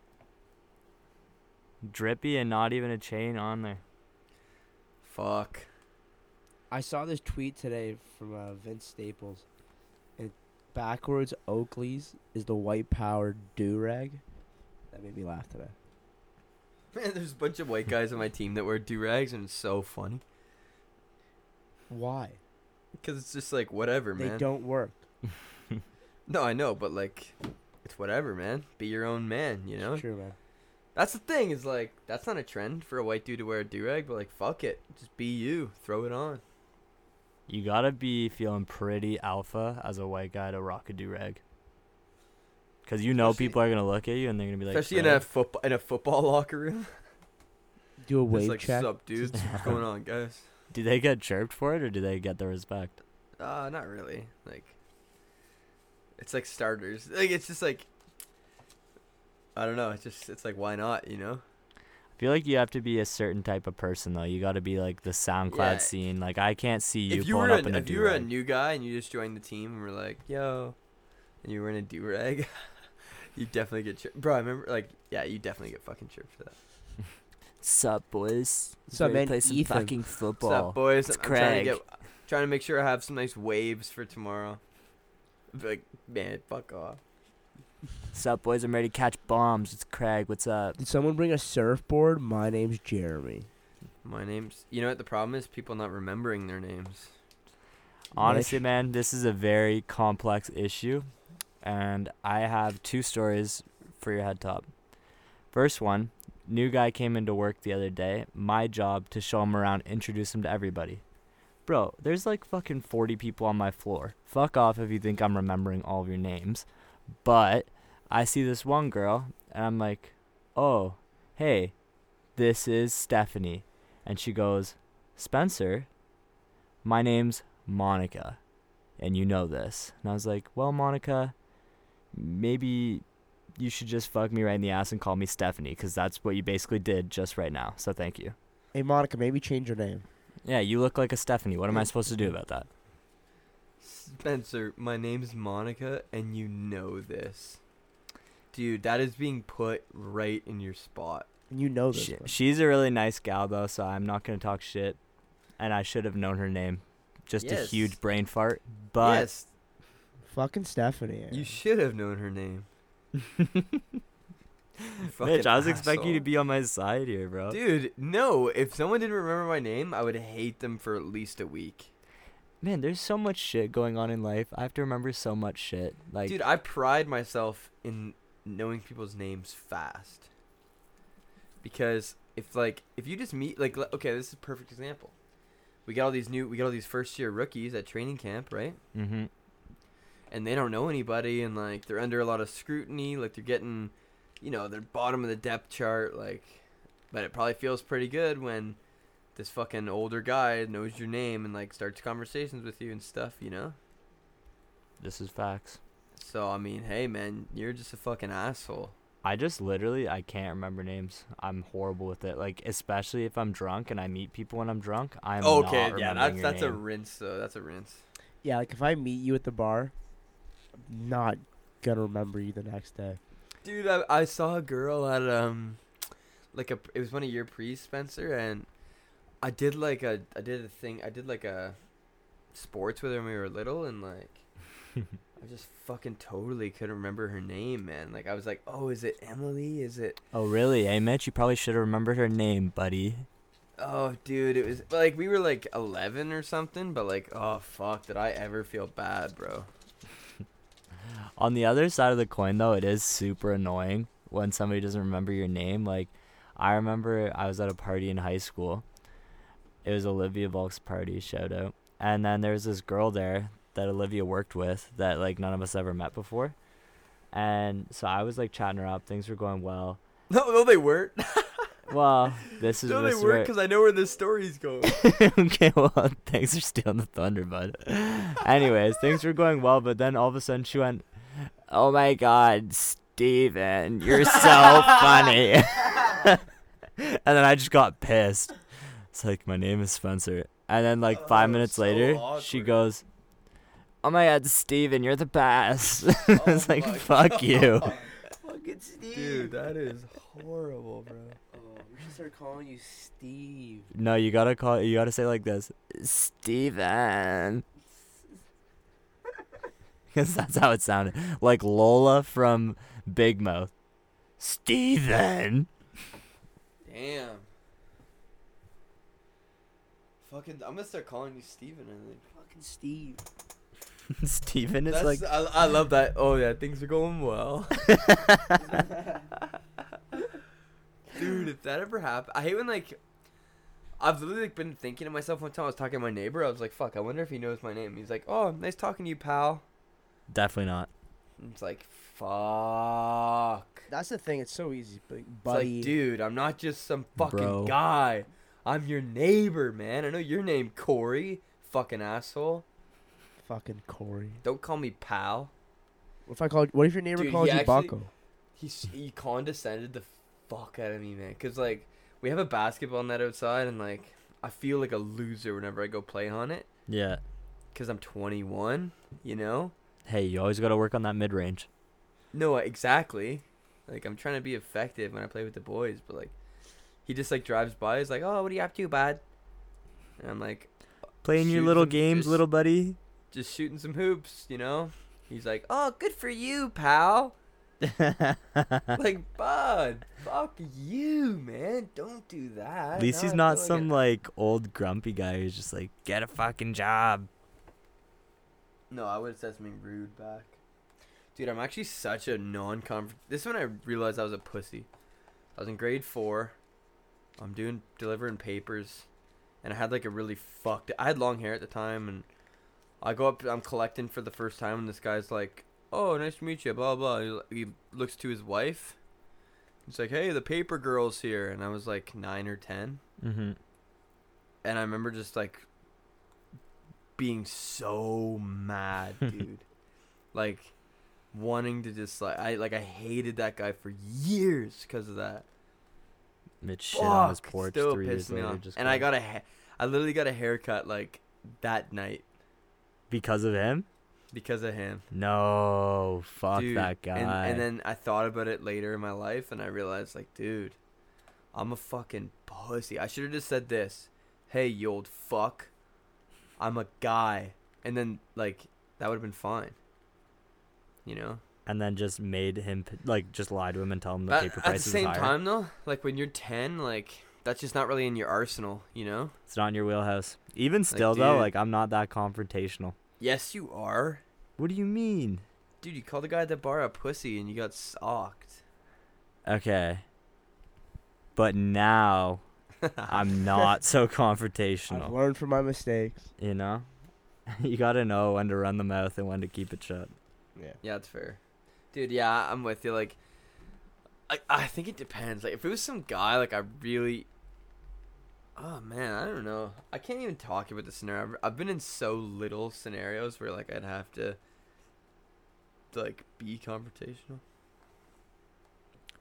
Speaker 2: Drippy and not even a chain on there.
Speaker 5: Fuck.
Speaker 6: I saw this tweet today from uh, Vince Staples. And backwards Oakley's is the white power do rag. That made me laugh today.
Speaker 5: Man, there's a bunch of white guys on my team that wear do rags, and it's so funny
Speaker 6: Why?
Speaker 5: because it's just like whatever,
Speaker 6: They
Speaker 5: man.
Speaker 6: don't work.
Speaker 5: No, I know, but like, it's whatever, man. Be your own man, you
Speaker 6: It's
Speaker 5: know.
Speaker 6: true, man.
Speaker 5: That's the thing is like that's not a trend for a white dude to wear a do rag, but like fuck it, just be you, throw it on.
Speaker 2: You gotta be feeling pretty alpha as a white guy to rock a do rag. Cause you know
Speaker 5: Especially-
Speaker 2: people are gonna look at you and they're gonna be like,
Speaker 5: Especially in a football in a football locker room.
Speaker 6: Do a
Speaker 5: It's
Speaker 6: wave
Speaker 5: like
Speaker 6: check.
Speaker 5: sup dudes, what's going on, guys?
Speaker 2: do they get chirped for it or do they get the respect?
Speaker 5: Uh not really. Like it's like starters. Like it's just like I don't know, it's just it's like why not, you know?
Speaker 2: I feel like you have to be a certain type of person though. You gotta be like the SoundCloud
Speaker 5: Yeah.
Speaker 2: scene. Like I can't see you
Speaker 5: if you were
Speaker 2: pulling
Speaker 5: a,
Speaker 2: up in a
Speaker 5: if you were a
Speaker 2: do-rag.
Speaker 5: new guy and you just joined the team and were like, yo and you were in a do rag, you definitely get chirped. Bro, I remember like yeah, you definitely get fucking chirped for that.
Speaker 2: Sup boys.
Speaker 6: Sup,
Speaker 2: Ready to
Speaker 6: man?
Speaker 2: Play some
Speaker 6: Ethan.
Speaker 2: fucking football.
Speaker 5: What's up, boys?
Speaker 2: It's
Speaker 5: I'm trying to
Speaker 2: Craig.
Speaker 5: get, trying to make sure I have some nice waves for tomorrow. Be Like, man, fuck off.
Speaker 2: Sup boys, I'm ready to catch bombs. It's Craig. What's up?
Speaker 6: Did someone bring a surfboard? My name's Jeremy.
Speaker 5: My name's. You know what the problem is? People not remembering their names.
Speaker 2: Honestly,
Speaker 6: Mitch.
Speaker 2: man, this is a very complex issue, and I have two stories for your head top. First one, new guy came into work the other day. My job to show him around, introduce him to everybody. Bro, there's like fucking 40 people on my floor. Fuck off if you think I'm remembering all of your names. But I see this one girl, and I'm like, "Oh, hey, this is Stephanie." And she goes, "Spencer, my name's Monica, and you know this. And I was like, well, Monica, maybe you should just fuck me right in the ass and call me Stephanie, because that's what you basically did just right now. So thank you.
Speaker 6: Hey, Monica, maybe change your name.
Speaker 2: Yeah, you look like a Stephanie. What am I supposed to do about that?
Speaker 5: Spencer, my name's Monica, and you know this. Dude, that is being put right in your spot.
Speaker 6: And you
Speaker 5: Oh,
Speaker 6: know this.
Speaker 2: She,
Speaker 6: one.
Speaker 2: she's a really nice gal, though, so I'm not going to talk shit. And I should have known her name. Just a
Speaker 5: Yes.
Speaker 2: huge brain fart. But
Speaker 5: yes,
Speaker 6: Fucking Stephanie.
Speaker 5: you should have known her name.
Speaker 2: Mitch,
Speaker 5: Fucking
Speaker 2: I was expecting you to
Speaker 5: asshole.
Speaker 2: be on my side here, bro.
Speaker 5: Dude, no. If someone didn't remember my name, I would hate them for at least a week.
Speaker 2: Man, there's so much shit going on in life. I have to remember so much shit. Like,
Speaker 5: Dude, I pride myself in knowing people's names fast. Because if like if you just meet like le- okay, this is a perfect example. We got all these new we got all these first year rookies at training camp, right?
Speaker 2: mm-hmm.
Speaker 5: And they don't know anybody and like they're under a lot of scrutiny, like they're getting you know, they're bottom of the depth chart like but it probably feels pretty good when this fucking older guy knows your name and like starts conversations with you and stuff, you know?
Speaker 2: this is facts.
Speaker 5: So I mean, hey man, you're just a fucking asshole.
Speaker 2: I just literally I can't remember names. I'm horrible with it. Like especially if I'm drunk and I meet people when I'm drunk. I'm
Speaker 5: okay,
Speaker 2: Not
Speaker 5: yeah,
Speaker 2: remembering
Speaker 5: that's
Speaker 2: your
Speaker 5: that's a
Speaker 2: name.
Speaker 5: rinse though. That's a rinse.
Speaker 6: Yeah, like if I meet you at the bar, I'm not gonna remember you the next day.
Speaker 5: Dude, I, I saw a girl at um, like a it was one of your pre Spencer, and I did like a I did a thing I did like a sports with her when we were little, and like I just fucking totally couldn't remember her name, man. Like I was like, oh, is it Emily? Is it?
Speaker 2: Oh really? Hey Mitch, you probably should have remembered her name, buddy.
Speaker 5: Oh, dude, it was like we were like eleven or something, but like, oh fuck, did I ever feel bad, bro?
Speaker 2: On the other side of the coin though, it is super annoying when somebody doesn't remember your name. Like I remember I was at a party in high school. It was Olivia Volk's party, shout out. And then there was this girl there that Olivia worked with that like none of us ever met before. And so I was like chatting her up, things were going well.
Speaker 5: No, no, they weren't.
Speaker 2: Well, this is
Speaker 5: No,
Speaker 2: this
Speaker 5: they
Speaker 2: is
Speaker 5: weren't because I know where this story's going.
Speaker 2: where- okay. Well, thanks for stealing the thunder, bud. Anyways, things were going well, but then all of a sudden she went, "Oh my God, Steven, you're so funny. and then I just got pissed. It's like, my name is Spencer. And then, like, five
Speaker 5: Oh,
Speaker 2: minutes
Speaker 5: so
Speaker 2: later, she
Speaker 5: awkward.
Speaker 2: goes, Oh my god, Steven, you're the best. it's like,
Speaker 5: Oh my
Speaker 2: fuck you.
Speaker 6: Fucking Steve.
Speaker 5: Dude, that is horrible, bro.
Speaker 6: Oh, we should start calling you Steve.
Speaker 2: No, you gotta call, you gotta say like this Steven. Because that's how it sounded. Like Lola from Big Mouth. Steven.
Speaker 5: Damn. Fucking, I'm gonna start calling you Steven. I think.
Speaker 6: Fucking Steve.
Speaker 2: Steven is
Speaker 5: That's,
Speaker 2: like.
Speaker 5: I, I love that. Oh yeah, things are going well. Dude, if that ever happened, I hate when like, I've literally like, been thinking to myself one time. I was talking to my neighbor. I was like, "Fuck, I wonder if he knows my name." He's like, "Oh, nice talking to you, pal."
Speaker 2: Definitely not.
Speaker 5: And it's like, "Fuck."
Speaker 6: That's the thing. It's so easy, but
Speaker 5: It's
Speaker 6: buddy.
Speaker 5: like, dude, I'm not just some fucking
Speaker 2: Bro.
Speaker 5: guy. I'm your neighbor, man. I know your name, Corey. Fucking asshole.
Speaker 6: Fucking Corey.
Speaker 5: Don't call me pal.
Speaker 6: What if I called? What if your neighbor
Speaker 5: Dude,
Speaker 6: calls
Speaker 5: he
Speaker 6: you
Speaker 5: actually-
Speaker 6: Baco?
Speaker 5: He s- he condescended the fuck out of me, man. Cause like we have a basketball net outside, and like I feel like a loser whenever I go play on it.
Speaker 2: Yeah.
Speaker 5: Cause I'm 21, you know.
Speaker 2: Hey, you always gotta work on that mid range.
Speaker 5: No, uh, exactly. Like I'm trying to be effective when I play with the boys, but like he just like drives by. He's like, "Oh, what are you up to, bud?" And I'm like,
Speaker 2: Playing your
Speaker 5: Shoot
Speaker 2: little
Speaker 5: some-
Speaker 2: games,
Speaker 5: just-
Speaker 2: little buddy.
Speaker 5: just shooting some hoops, you know? He's like, oh, good for you, pal.
Speaker 2: At
Speaker 5: Like, bud, fuck you, man. Don't do that.
Speaker 2: least
Speaker 5: Now
Speaker 2: he's
Speaker 5: I
Speaker 2: not
Speaker 5: feel
Speaker 2: some
Speaker 5: like.
Speaker 2: like old grumpy guy who's just like, get a fucking job.
Speaker 5: a- No, I would have said something rude back. Dude, I'm actually such a non convert. This is when I realized I was a pussy. I was in grade four. I'm doing delivering papers, and I had like a really fucked. I had long hair at the time, and I go up. I'm collecting for the first time, and this guy's like, "Oh, nice to meet you." Blah blah. He, he looks to his wife. He's like, "Hey, the paper girl's here," and I was like nine or ten,
Speaker 2: Mm-hmm.
Speaker 5: and I remember just like being so mad, dude. like wanting to just like I like I hated that guy for years because of that.
Speaker 2: It shit on his
Speaker 5: Fuck,
Speaker 2: porch
Speaker 5: still
Speaker 2: three years
Speaker 5: pissed me
Speaker 2: later.
Speaker 5: off.
Speaker 2: Just
Speaker 5: and I got a, ha- I literally got a haircut like that night
Speaker 2: because of him.
Speaker 5: because of him.
Speaker 2: No, fuck
Speaker 5: Dude,
Speaker 2: that guy.
Speaker 5: And, and then I thought about it later in my life, and I realized like, dude, I'm a fucking pussy. I should have just said this. Hey, you old fuck. I'm a guy, and then like that would have been fine. You know.
Speaker 2: and then just made him p- like just lie to him and tell him the
Speaker 5: But
Speaker 2: paper
Speaker 5: at the
Speaker 2: price is
Speaker 5: same
Speaker 2: higher.
Speaker 5: time, though, like when you're ten, like that's just not really in your arsenal, you know.
Speaker 2: It's not in your wheelhouse. Even still though,
Speaker 5: dude.
Speaker 2: like I'm not that confrontational.
Speaker 5: Yes, you are.
Speaker 2: What do you mean?
Speaker 5: Dude, you called the guy at the bar a pussy and you got socked.
Speaker 2: Okay. But now I'm not so confrontational.
Speaker 6: I've learned from my mistakes.
Speaker 2: you know you gotta know when to run the mouth and when to keep it shut
Speaker 6: Yeah.
Speaker 5: Yeah, that's fair. Dude, yeah, I'm with you. Like, I, I think it depends. Like, if it was some guy, like, I really. Oh, man, I don't know. I can't even talk about the scenario. I've- I've been in so little scenarios where, like, I'd have to, like, be confrontational.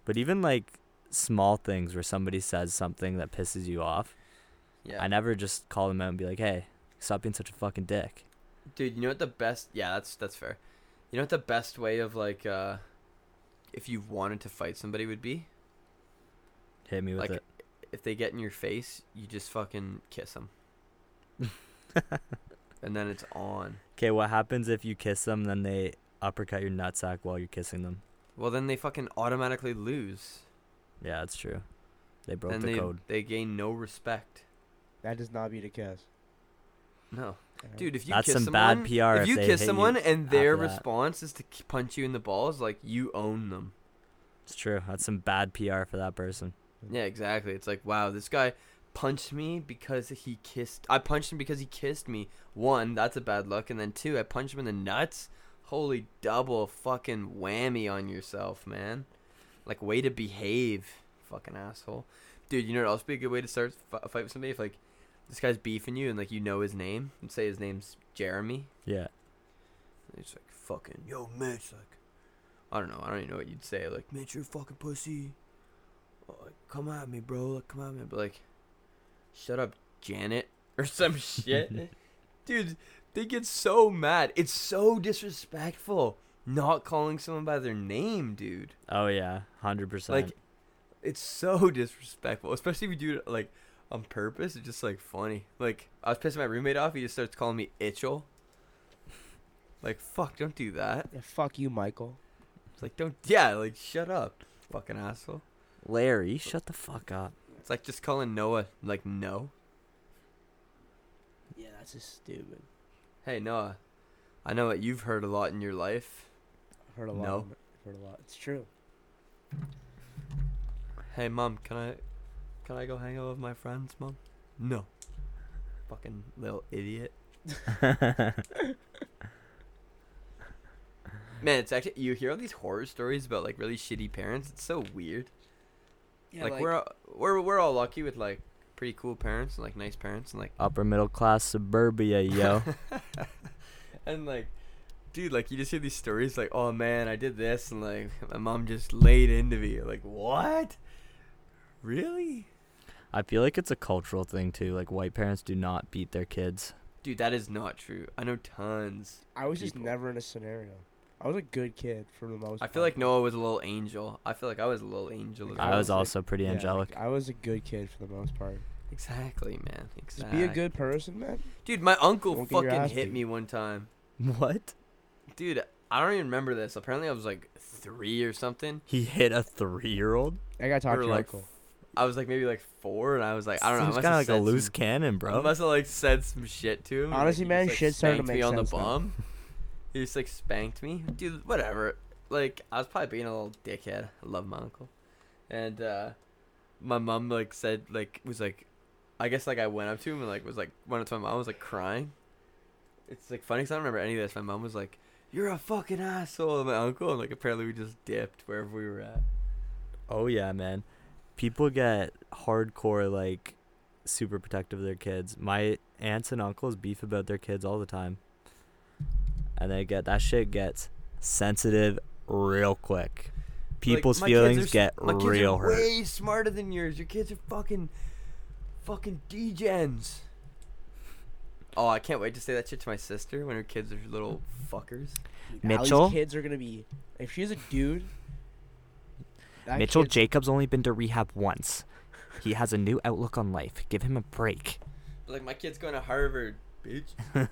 Speaker 2: but even like small things where somebody says something that pisses you off
Speaker 5: Yeah.
Speaker 2: i never just call them out and be like hey stop being such a fucking dick
Speaker 5: Dude, you know what the best? Yeah, that's that's fair. You know what the best way of like, uh, if you wanted to fight somebody would be
Speaker 2: hit me with
Speaker 5: like,
Speaker 2: it
Speaker 5: if they get in your face, you just fucking kiss them, and then it's on.
Speaker 2: okay what happens if you kiss them then they uppercut your nutsack while you're kissing them
Speaker 5: Well, then they fucking automatically lose.
Speaker 2: yeah that's true they broke
Speaker 5: then
Speaker 2: the
Speaker 5: they
Speaker 2: code
Speaker 5: they gain no respect.
Speaker 6: That does not beat a kiss.
Speaker 5: No,
Speaker 6: you know?
Speaker 5: dude, if you
Speaker 2: That's
Speaker 5: kiss
Speaker 2: some
Speaker 5: someone,
Speaker 2: bad PR
Speaker 5: if
Speaker 2: if
Speaker 5: you
Speaker 2: they hit
Speaker 5: kiss
Speaker 2: you
Speaker 5: someone and their
Speaker 2: after that.
Speaker 5: response is to k- punch you in the balls, like you own them.
Speaker 2: it's true that's some bad pr for that person
Speaker 5: Yeah, exactly. It's like, wow, this guy punched me because he kissed. I punched him because he kissed me. One, that's a bad luck, and then two, I punched him in the nuts. Holy double fucking whammy on yourself, man. Like, way to behave, fucking asshole. Dude, you know what else would be a good way to start fi- a fight with somebody? If, like, this guy's beefing you and, like, you know his name, and say his name's Jeremy.
Speaker 2: yeah
Speaker 5: And he's like, fucking, yo, Mitch, like, I don't know. I don't even know what you'd say. Like, Mitch, you're a fucking pussy. Oh, like, come at me, bro. Like, come at me. But like, shut up, Janet, or some shit. Dude, they get so mad. It's so disrespectful not calling someone by their name, dude.
Speaker 2: Oh yeah, hundred percent.
Speaker 5: Like, it's so disrespectful, especially if you do it like on purpose. It's just like funny. Like I was pissing my roommate off. He just starts calling me Itchel. Like fuck, don't do that.
Speaker 6: Yeah, fuck you, Michael.
Speaker 5: It's like don't yeah, like shut up, fucking asshole. uh,
Speaker 2: Larry, shut the fuck up.
Speaker 5: It's like just calling Noah like no.
Speaker 6: Yeah, that's just stupid.
Speaker 5: Hey Noah, I know what you've heard a lot in your life.
Speaker 6: I've heard a lot.
Speaker 5: No.
Speaker 6: of it. I've Heard a lot. It's true.
Speaker 5: Hey mom, can I, can I go hang out with my friends, mom? No. Fucking little idiot. Man, it's actually you hear all these horror stories about like really shitty parents. It's so weird.
Speaker 6: Yeah,
Speaker 5: like, we're all- we're we're all lucky with like pretty cool parents and like nice parents and like
Speaker 2: Upper middle class suburbia, yo.
Speaker 5: and like dude like you just hear these stories like oh man I did this and like my mom just laid into me like what really
Speaker 2: I feel like it's a cultural thing too. Like white parents do not beat their kids.
Speaker 5: dude that is not true I know tons
Speaker 6: I was just
Speaker 5: people.
Speaker 6: never in a scenario. I was a good kid for the most.
Speaker 5: I feel
Speaker 6: part.
Speaker 5: like Noah was a little angel I feel like I was a little angel as
Speaker 2: I was
Speaker 5: well.
Speaker 6: like-
Speaker 2: also pretty
Speaker 6: Yeah, like,
Speaker 2: angelic.
Speaker 6: I was a good kid for the most part.
Speaker 5: exactly man
Speaker 6: Just
Speaker 5: exactly
Speaker 6: be a good person, man.
Speaker 5: dude my uncle
Speaker 6: Don't get your
Speaker 5: fucking
Speaker 6: ass
Speaker 5: hit
Speaker 6: beat.
Speaker 5: me one time
Speaker 2: What?
Speaker 5: dude I don't even remember this apparently I was like three or something
Speaker 2: He hit a three-year-old.
Speaker 6: I gotta talk
Speaker 5: Or,
Speaker 6: to your
Speaker 5: like,
Speaker 6: uncle.
Speaker 5: I was like maybe like four, and I was like, I don't know. I
Speaker 2: Seems
Speaker 5: must
Speaker 2: kind of
Speaker 5: have
Speaker 2: like a
Speaker 5: said
Speaker 2: loose
Speaker 5: some-
Speaker 2: cannon,
Speaker 5: I
Speaker 2: bro.
Speaker 5: must have like said some shit to him. and,
Speaker 6: Honestly,
Speaker 5: like,
Speaker 6: man,
Speaker 5: he just, like,
Speaker 6: shit started to
Speaker 5: spanked
Speaker 6: make
Speaker 5: me on
Speaker 6: sense
Speaker 5: the
Speaker 6: now.
Speaker 5: bum. he just like spanked me, dude. Whatever. Like I was probably being a little dickhead. I love my uncle, and uh, my mom like said like was like, I guess like I went up to him and like was like went up to my mom was like crying. It's like funny because I don't remember any of this. My mom was like, "You're a fucking asshole," and my uncle, and like apparently we just dipped wherever we were at.
Speaker 2: Oh yeah, man. People get hardcore like super protective of their kids. My aunts and uncles beef about their kids all the time. And they get that shit gets sensitive real quick.
Speaker 5: Like,
Speaker 2: People's
Speaker 5: my kids are
Speaker 2: feelings
Speaker 5: s-
Speaker 2: get
Speaker 5: my kids
Speaker 2: real
Speaker 5: are
Speaker 2: hurt.
Speaker 5: Way smarter than yours. Your kids are fucking, fucking degens. Oh, I can't wait to say that shit to my sister when her kids are little fuckers.
Speaker 6: Dude, Allie's
Speaker 2: Mitchell?
Speaker 6: kids are gonna be. If she's a dude. that
Speaker 2: Mitchell
Speaker 6: kid's-
Speaker 2: Jacobs only been to rehab once. He has a new outlook on life. Give him a break.
Speaker 5: Like my kid's going to Harvard, bitch.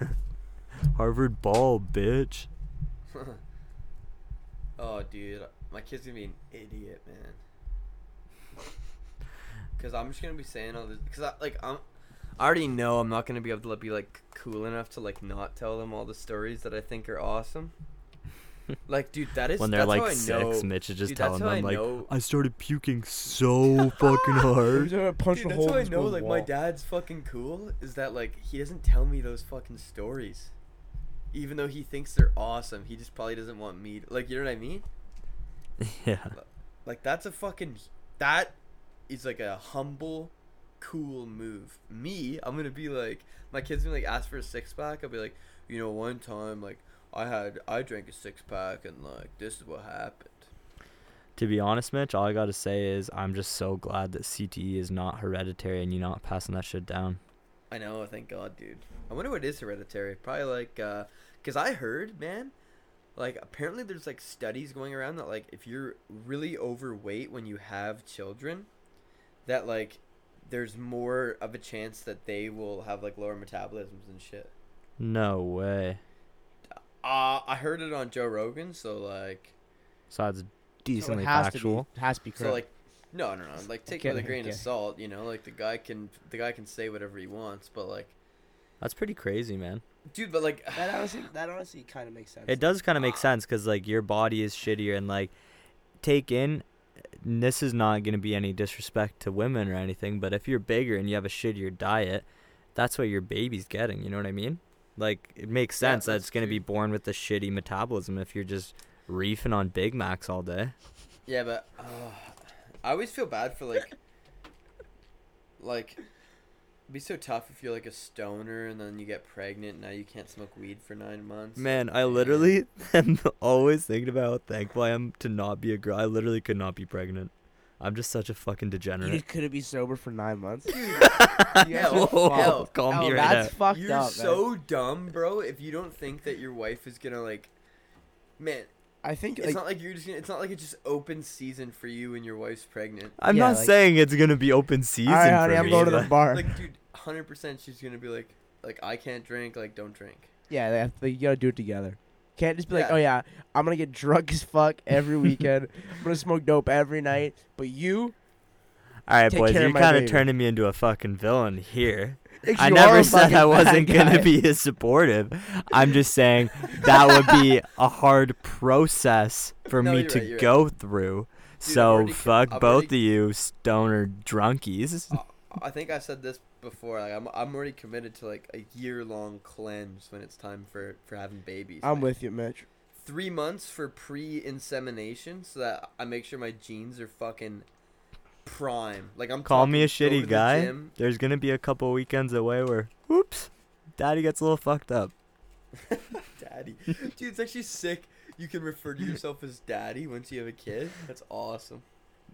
Speaker 2: Harvard ball, bitch.
Speaker 5: oh, dude, my kid's gonna be an idiot, man. Cause I'm just gonna be saying all this. Cause I like I'm, I already know I'm not gonna be able to be like cool enough to like not tell them all the stories that I think are awesome. Like, dude, that is
Speaker 2: when they're
Speaker 5: that's
Speaker 2: like
Speaker 5: how I
Speaker 2: six,
Speaker 5: know-
Speaker 2: Mitch is just
Speaker 5: dude, that's
Speaker 2: telling
Speaker 5: how I
Speaker 2: them like,
Speaker 5: know-
Speaker 2: "I started puking so fucking
Speaker 6: He was
Speaker 2: hard."
Speaker 6: gonna punch
Speaker 5: Dude,
Speaker 6: a
Speaker 5: that's
Speaker 6: hole
Speaker 5: how
Speaker 6: in
Speaker 5: I
Speaker 6: the
Speaker 5: know
Speaker 6: school
Speaker 5: like my
Speaker 6: wall.
Speaker 5: dad's fucking cool is that like he doesn't tell me those fucking stories. Even though he thinks they're awesome, he just probably doesn't want me to, like you know what I mean?
Speaker 2: yeah,
Speaker 5: Like that's a fucking that is like a humble, cool move. Me, I'm gonna be like my kids gonna like ask for a six pack. I'll be like, you know, one time like I had I drank a six pack and like this is what happened.
Speaker 2: To be honest, Mitch, all I gotta say is I'm just so glad that CTE is not hereditary and you're not passing that shit down.
Speaker 5: I know, thank God, dude. I wonder what is hereditary. Probably like, uh, cause I heard, man, like apparently there's like studies going around that like if you're really overweight when you have children, that like there's more of a chance that they will have like lower metabolisms and shit.
Speaker 2: No way.
Speaker 5: Uh, I heard it on Joe Rogan, so like,
Speaker 2: So that's
Speaker 6: So it
Speaker 2: decently
Speaker 6: has
Speaker 2: factual.
Speaker 6: To be, has to be correct.
Speaker 5: so like, no, no, no. Like, take it with a
Speaker 6: Okay,
Speaker 5: grain of
Speaker 6: okay.
Speaker 5: salt. You know, like the guy can the guy can say whatever he wants, but like,
Speaker 2: That's pretty crazy, man.
Speaker 5: dude, but like,
Speaker 6: that honestly, that honestly kind of makes sense.
Speaker 2: It does kind of
Speaker 6: Ah.
Speaker 2: make sense because like your body is shittier and like take in. and This is not gonna be any disrespect to women or anything, but if you're bigger and you have a shittier diet, that's what your baby's getting. You know what I mean? Like it makes
Speaker 5: Yeah,
Speaker 2: sense that
Speaker 5: that's
Speaker 2: it's gonna be born with a shitty metabolism if you're just reefing on Big Macs all day.
Speaker 5: Yeah, but uh, I always feel bad for like, like It'd be so tough if you're like a stoner and then you get pregnant and now you can't smoke weed for nine months.
Speaker 2: Man, I literally am always thinking about how thankful I am to not be a girl. I literally could not be pregnant. I'm just such a fucking
Speaker 6: You
Speaker 2: degenerate.
Speaker 6: couldn't be sober for nine months.
Speaker 5: Yeah,
Speaker 2: Whoa,
Speaker 5: hell,
Speaker 2: call me
Speaker 5: hell,
Speaker 2: right
Speaker 6: That's
Speaker 2: out.
Speaker 6: fucked
Speaker 5: You're
Speaker 6: up. man.
Speaker 5: so dumb, bro. If you don't think that your wife is gonna like, man,
Speaker 6: I think
Speaker 5: it's
Speaker 6: like,
Speaker 5: not like you're just. Gonna, it's not like it's just open season for you and your wife's pregnant.
Speaker 2: I'm
Speaker 6: Yeah,
Speaker 2: not
Speaker 6: like-
Speaker 2: saying it's gonna be open season.
Speaker 6: all right, honey,
Speaker 2: for
Speaker 6: I'm
Speaker 2: me,
Speaker 6: going to the
Speaker 2: but-
Speaker 6: bar.
Speaker 5: Like, dude, hundred percent, she's gonna be like, like I can't drink. Like, don't drink.
Speaker 6: yeah, they have to, you gotta do it together. Can't just be like,
Speaker 5: Yeah.
Speaker 6: oh yeah, I'm gonna get drunk as fuck every weekend. I'm gonna smoke dope every night. But you,
Speaker 2: All right,
Speaker 6: Take
Speaker 2: boys,
Speaker 6: care of
Speaker 2: you're
Speaker 6: my
Speaker 2: kind of
Speaker 6: baby.
Speaker 2: turning me into a fucking villain here. I
Speaker 6: you are
Speaker 2: never
Speaker 6: a
Speaker 2: said
Speaker 6: fucking
Speaker 2: I
Speaker 6: bad
Speaker 2: wasn't going to
Speaker 6: guy.
Speaker 2: be as supportive. I'm just saying that would be a hard process for
Speaker 5: No,
Speaker 2: me
Speaker 5: you're
Speaker 2: to
Speaker 5: right, you're right.
Speaker 2: go through.
Speaker 5: Dude, I've
Speaker 2: so
Speaker 5: already-
Speaker 2: fuck
Speaker 5: I've
Speaker 2: both
Speaker 5: already-
Speaker 2: of you stoner drunkies.
Speaker 5: I think I said this before. Like, I'm I'm already committed to like a year long cleanse when it's time for for having babies.
Speaker 6: I'm
Speaker 5: Like,
Speaker 6: with you, Mitch.
Speaker 5: three months for pre insemination so that I make sure my genes are fucking prime. Like I'm
Speaker 2: Call me a
Speaker 5: talking, go to
Speaker 2: shitty
Speaker 5: the
Speaker 2: guy.
Speaker 5: gym.
Speaker 2: There's going to be a couple weekends away where, oops, daddy gets a little fucked up.
Speaker 5: Daddy. Dude, it's actually sick. You can refer to yourself as daddy once you have a kid. That's awesome.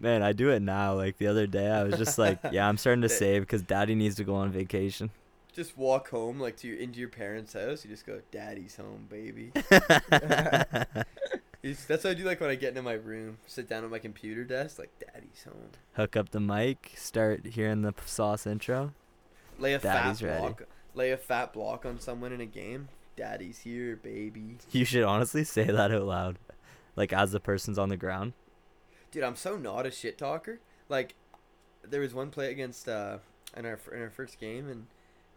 Speaker 2: Man, I do it now. Like the other day, I was just like, yeah, I'm starting to save because daddy needs to go on vacation.
Speaker 5: Just walk home like to your into your parents' house. You just go, "Daddy's home, baby." It's- that's what I do. Like when I get into my room, sit down at my computer desk, like, "Daddy's home."
Speaker 2: hook up the mic, start hearing the p- sauce intro.
Speaker 5: Lay a
Speaker 2: Daddy's
Speaker 5: fat
Speaker 2: ready.
Speaker 5: block. Lay a fat block on someone in a game. Daddy's here, baby.
Speaker 2: You should honestly say that out loud, like as the person's on the ground.
Speaker 5: dude i'm so not a shit talker like there was one play against uh in our in our first game and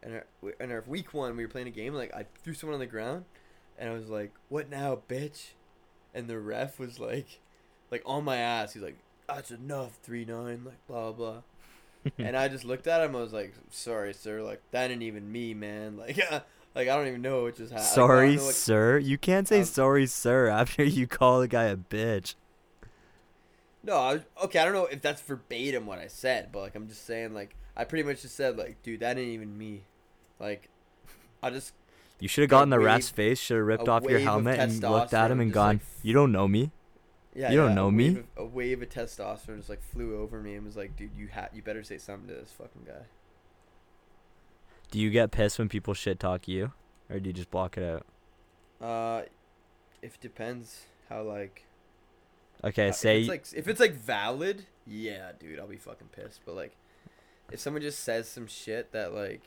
Speaker 5: in our in our week one we were playing a game like i threw someone on the ground and i was like what now bitch and the ref was like like on my ass he's like that's enough 3-9 like blah blah and i just looked at him i was like sorry sir like that ain't even me man like like i don't even know what just happened Like, I don't
Speaker 2: sorry,
Speaker 5: know what-
Speaker 2: sir. You can't say
Speaker 5: Um,
Speaker 2: sorry, sir, after you call the guy a bitch.
Speaker 5: No, I was, okay, I don't know if that's verbatim what I said, but like I'm just saying, like I pretty much just said, like, dude, that ain't even me. Like, I just
Speaker 2: You should have
Speaker 5: got
Speaker 2: gotten the
Speaker 5: wave-
Speaker 2: ref's face. Should have ripped
Speaker 5: a
Speaker 2: off your
Speaker 5: wave of
Speaker 2: helmet and looked at him
Speaker 5: testosterone
Speaker 2: and
Speaker 5: just,
Speaker 2: gone,
Speaker 5: like,
Speaker 2: "You don't know me."
Speaker 5: yeah,
Speaker 2: You don't
Speaker 5: yeah,
Speaker 2: know
Speaker 5: a
Speaker 2: me?
Speaker 5: wave of- a wave of testosterone just like flew over me and was like, dude, you ha- you better say something to this fucking guy.
Speaker 2: Do you get pissed when people shit talk you, or do you just block it out?
Speaker 5: Uh, if depends how like
Speaker 2: Okay,
Speaker 5: uh,
Speaker 2: say
Speaker 5: if it's like if it's like valid, yeah, dude, I'll be fucking pissed. But like, if someone just says some shit that like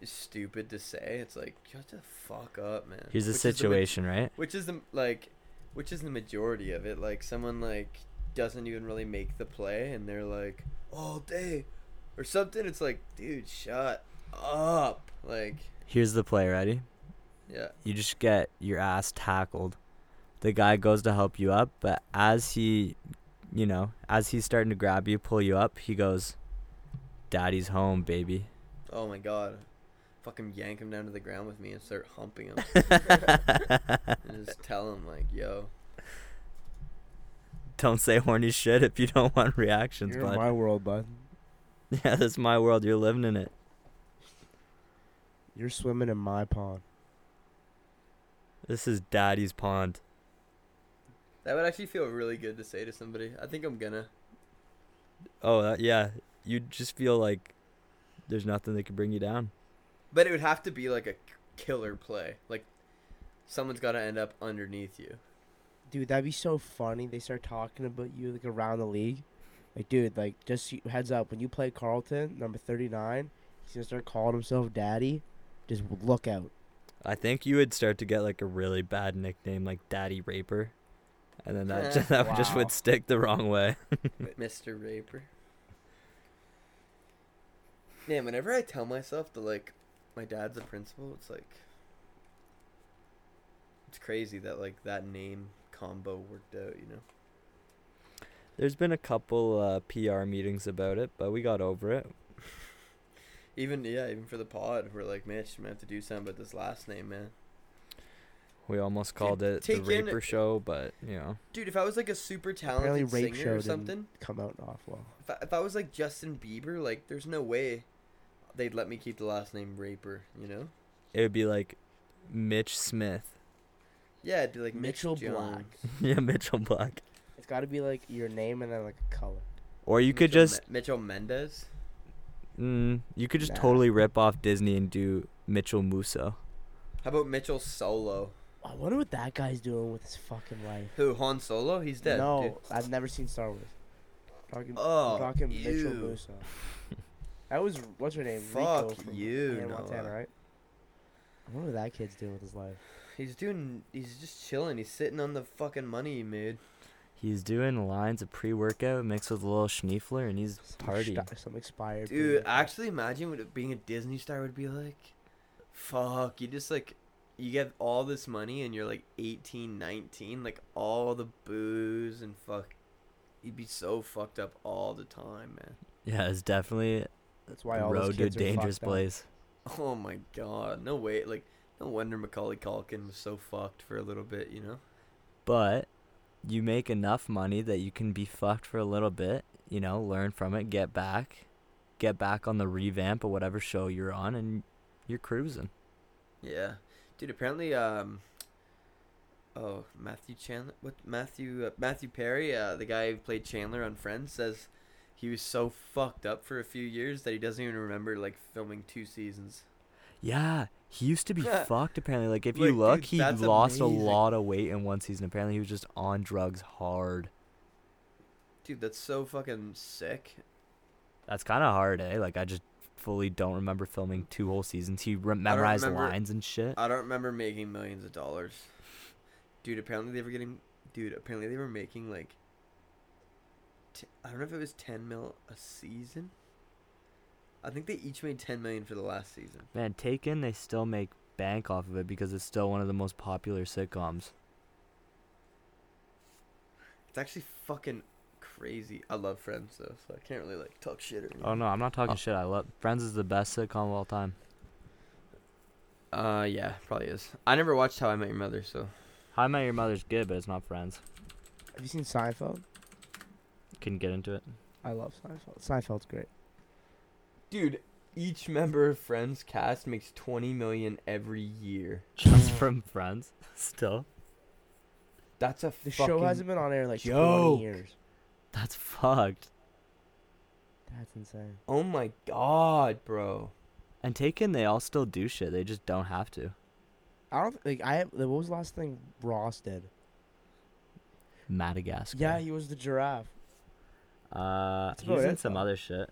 Speaker 5: is stupid to say, it's like shut the fuck up, man.
Speaker 2: here's the
Speaker 5: Which is ma-
Speaker 2: situation, right?
Speaker 5: which is the like which is the majority of it like someone like doesn't even really make the play and they're like all day or something it's like dude shut up like
Speaker 2: Here's the play. Ready?
Speaker 5: yeah
Speaker 2: you just get your ass tackled. The guy goes to help you up, but as he, you know, as he's starting to grab you, pull you up, he goes, "Daddy's home, baby."
Speaker 5: oh my god fucking yank him down to the ground with me and start humping him and just tell him like yo
Speaker 2: don't say horny shit if you don't want reactions,
Speaker 6: You're in
Speaker 2: bud.
Speaker 6: my world, bud.
Speaker 2: yeah, that's my world. You're living in it.
Speaker 6: You're swimming in my pond.
Speaker 2: This is Daddy's pond.
Speaker 5: that would actually feel really good to say to somebody i think i'm gonna
Speaker 2: Oh that, yeah, you just feel like there's nothing that can bring you down.
Speaker 5: but it would have to be like a killer play like someone's got to end up underneath you
Speaker 6: Dude, that'd be so funny. They start talking about you like around the league. Like, dude, like just so you- heads up when you play Carlton, number thirty nine, he's gonna start calling himself Daddy. Just look out.
Speaker 2: I think you would start to get like a really bad nickname, like Daddy Raper, and then that just, that just
Speaker 6: Eh, Wow.
Speaker 2: would stick the wrong way.
Speaker 5: Mr. Raper. Man, whenever I tell myself that like my dad's a principal, it's like it's crazy that like that name combo worked out, you know.
Speaker 2: There's been a couple uh, PR meetings about it, but we got over it.
Speaker 5: Even yeah, even for the pod, we're like, Mitch, I'm gonna have to do something about this last name, man.
Speaker 2: We almost called it the
Speaker 5: take in-
Speaker 2: Raper Show, but you know,
Speaker 5: Dude, if I was like a super
Speaker 6: Apparently,
Speaker 5: talented
Speaker 6: rape
Speaker 5: singer
Speaker 6: show
Speaker 5: or
Speaker 6: didn't
Speaker 5: something,
Speaker 6: come out off well.
Speaker 5: if I, if I was like Justin Bieber, like there's no way they'd let me keep the last name Raper, you know?
Speaker 2: It would be like Mitch Smith.
Speaker 5: Yeah, it'd be like Mitch
Speaker 6: Mitchell
Speaker 5: Jones.
Speaker 6: Black.
Speaker 2: yeah, Mitchell Black.
Speaker 6: It's got to be like your name and then like a color.
Speaker 2: Or you could
Speaker 5: Mitchell
Speaker 2: just
Speaker 5: Me- Mitchell Mendez.
Speaker 2: mm, you could just
Speaker 6: Nah.
Speaker 2: totally rip off Disney and do Mitchell Musso.
Speaker 5: How about Mitchell Solo?
Speaker 6: I wonder what that guy's doing with his fucking life.
Speaker 5: Who Han Solo? He's dead.
Speaker 6: no,
Speaker 5: dude.
Speaker 6: I've never seen Star Wars. Talking,
Speaker 5: Oh,
Speaker 6: I'm talking Mitchell
Speaker 5: ew.
Speaker 6: Musso. That was what's her name? Rico
Speaker 5: Fuck
Speaker 6: from
Speaker 5: you,
Speaker 6: Hannah
Speaker 5: Noah.
Speaker 6: Montana, right? I wonder what that kid's doing with his life.
Speaker 5: He's doing. He's just chilling. He's sitting on the fucking money he made.
Speaker 2: He's doing lines of pre-workout mixed with a little schniefler, and he's
Speaker 6: Some
Speaker 2: party.
Speaker 6: sta- some expired.
Speaker 5: Dude,
Speaker 6: beer.
Speaker 5: actually, imagine what it- being a Disney star would be like. Fuck, you just like, you get all this money and you're like 18, 19, like all the booze and fuck. You'd be so fucked up all the time, man.
Speaker 2: Yeah, it's definitely
Speaker 6: that's why
Speaker 2: a
Speaker 6: all
Speaker 2: road
Speaker 6: those
Speaker 2: to a
Speaker 6: kids are
Speaker 2: dangerous
Speaker 6: fucked up.
Speaker 2: place.
Speaker 5: Oh my god, no way. Like, no wonder Macaulay Culkin was so fucked for a little bit, you know?
Speaker 2: But you make enough money that you can be fucked for a little bit, you know, learn from it, get back, get back on the revamp of whatever show you're on, and you're cruising.
Speaker 5: Yeah, dude. Apparently, um, oh Matthew Chandler, what Matthew uh, Matthew Perry, uh, the guy who played Chandler on Friends, says he was so fucked up for a few years that he doesn't even remember like filming two seasons.
Speaker 2: Yeah, he used to be fucked apparently. Like if
Speaker 5: Like,
Speaker 2: you
Speaker 5: dude,
Speaker 2: look, he
Speaker 5: that's
Speaker 2: lost
Speaker 5: amazing.
Speaker 2: a lot of weight in one season. Apparently, he was just on drugs hard.
Speaker 5: Dude, that's so fucking sick.
Speaker 2: That's kind of hard, eh? Like I just fully don't remember filming two whole seasons. He re- memorized
Speaker 5: remember-
Speaker 2: lines and shit.
Speaker 5: I don't remember making millions of dollars. Dude, apparently they were getting. Dude, apparently they were making like. T- I don't know if it was ten mil a season. I think they each made ten million for the last season.
Speaker 2: Man, Taken, they still make bank off of it because it's still one of the most popular sitcoms.
Speaker 5: It's actually fucking crazy. I love Friends though, so I can't really like talk shit or anything.
Speaker 2: Oh no, I'm not talking
Speaker 5: Oh.
Speaker 2: shit. I love Friends is the best sitcom of all time.
Speaker 5: Uh, yeah, probably is. I never watched How I Met Your Mother, so
Speaker 2: How I Met Your Mother's good, but it's not Friends.
Speaker 6: Have you seen Seinfeld?
Speaker 2: Couldn't get into it.
Speaker 6: I love Seinfeld. Seinfeld's great.
Speaker 5: dude, each member of Friends cast makes twenty million every year.
Speaker 2: Just from Friends, still.
Speaker 5: That's a
Speaker 6: The
Speaker 5: fucking.
Speaker 6: show hasn't been on air in like
Speaker 5: joke.
Speaker 6: 20 years.
Speaker 2: That's fucked.
Speaker 6: That's insane.
Speaker 5: oh my god, bro.
Speaker 2: And Taken, they all still do shit. They just don't have to.
Speaker 6: I don't think. I what was the last thing Ross did?
Speaker 2: Madagascar.
Speaker 6: Yeah, he was the giraffe.
Speaker 2: Uh,
Speaker 6: That's
Speaker 2: he was
Speaker 6: about
Speaker 2: in
Speaker 6: it,
Speaker 2: some
Speaker 6: though.
Speaker 2: other shit.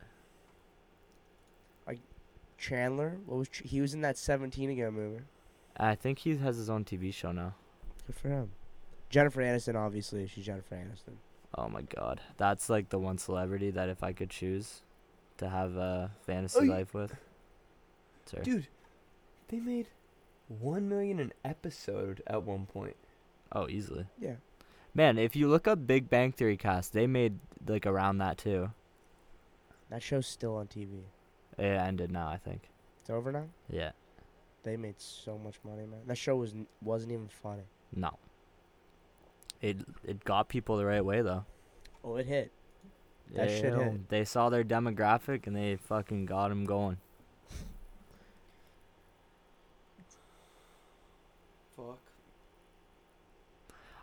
Speaker 6: Chandler. What was Ch- he was in that 17 again movie?
Speaker 2: I think he has his own TV show now.
Speaker 6: Good for him. Jennifer Aniston, obviously, she's Jennifer Aniston.
Speaker 2: Oh my god, that's like the one celebrity that if I could choose to have a fantasy
Speaker 5: Oh, you-
Speaker 2: life with. Sorry.
Speaker 5: Dude, they made one million an episode at one point.
Speaker 2: Oh, easily.
Speaker 6: Yeah.
Speaker 2: Man, if you look up Big Bang Theory cast, they made like around that too.
Speaker 6: That show's still on TV.
Speaker 2: It ended now, I think.
Speaker 6: It's over now.
Speaker 2: Yeah.
Speaker 6: They made so much money, man. That show was n- wasn't even funny.
Speaker 2: No. It it got people the right way though.
Speaker 6: Oh, it hit. That
Speaker 2: They-
Speaker 6: shit hit.
Speaker 2: They saw their demographic and they fucking got them going.
Speaker 5: Fuck.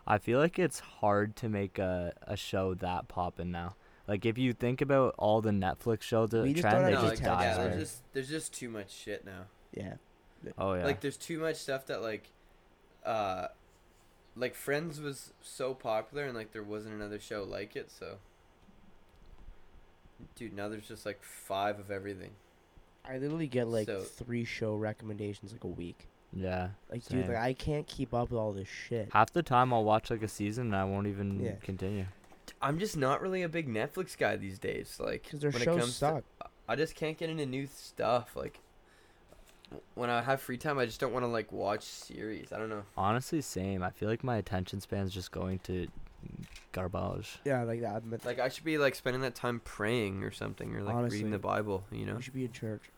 Speaker 2: I feel like it's hard to make a, a show that poppin' now. Like if you think about all the Netflix shows that
Speaker 6: We just
Speaker 2: trend,
Speaker 6: don't
Speaker 2: they
Speaker 5: No,
Speaker 6: have
Speaker 2: just
Speaker 5: like,
Speaker 6: the
Speaker 2: die.
Speaker 6: talent.
Speaker 5: yeah, there's
Speaker 6: dies there.
Speaker 5: just there's just too much shit now.
Speaker 6: Yeah.
Speaker 2: oh yeah.
Speaker 5: Like there's too much stuff that like uh like Friends was so popular and like there wasn't another show like it, so dude, now there's just like five of everything.
Speaker 6: I literally get like
Speaker 5: So-
Speaker 6: three show recommendations like a week.
Speaker 2: yeah.
Speaker 6: Like,
Speaker 2: Same.
Speaker 6: dude, like I can't keep up with all this shit.
Speaker 2: Half the time I'll watch like a season and I won't even
Speaker 6: Yeah.
Speaker 2: continue.
Speaker 5: I'm just not really a big Netflix guy these days. Like
Speaker 6: Because their
Speaker 5: when it
Speaker 6: shows
Speaker 5: comes
Speaker 6: suck.
Speaker 5: To, I just can't get into new stuff. Like when I have free time, I just don't want to like watch series. I don't know.
Speaker 2: Honestly, same. I feel like my attention span's just going to garbage.
Speaker 6: yeah, like that. Admit,
Speaker 5: Like I should be like spending that time praying or something, or like reading
Speaker 6: Honestly.
Speaker 5: the Bible. You know?
Speaker 6: we should be in church.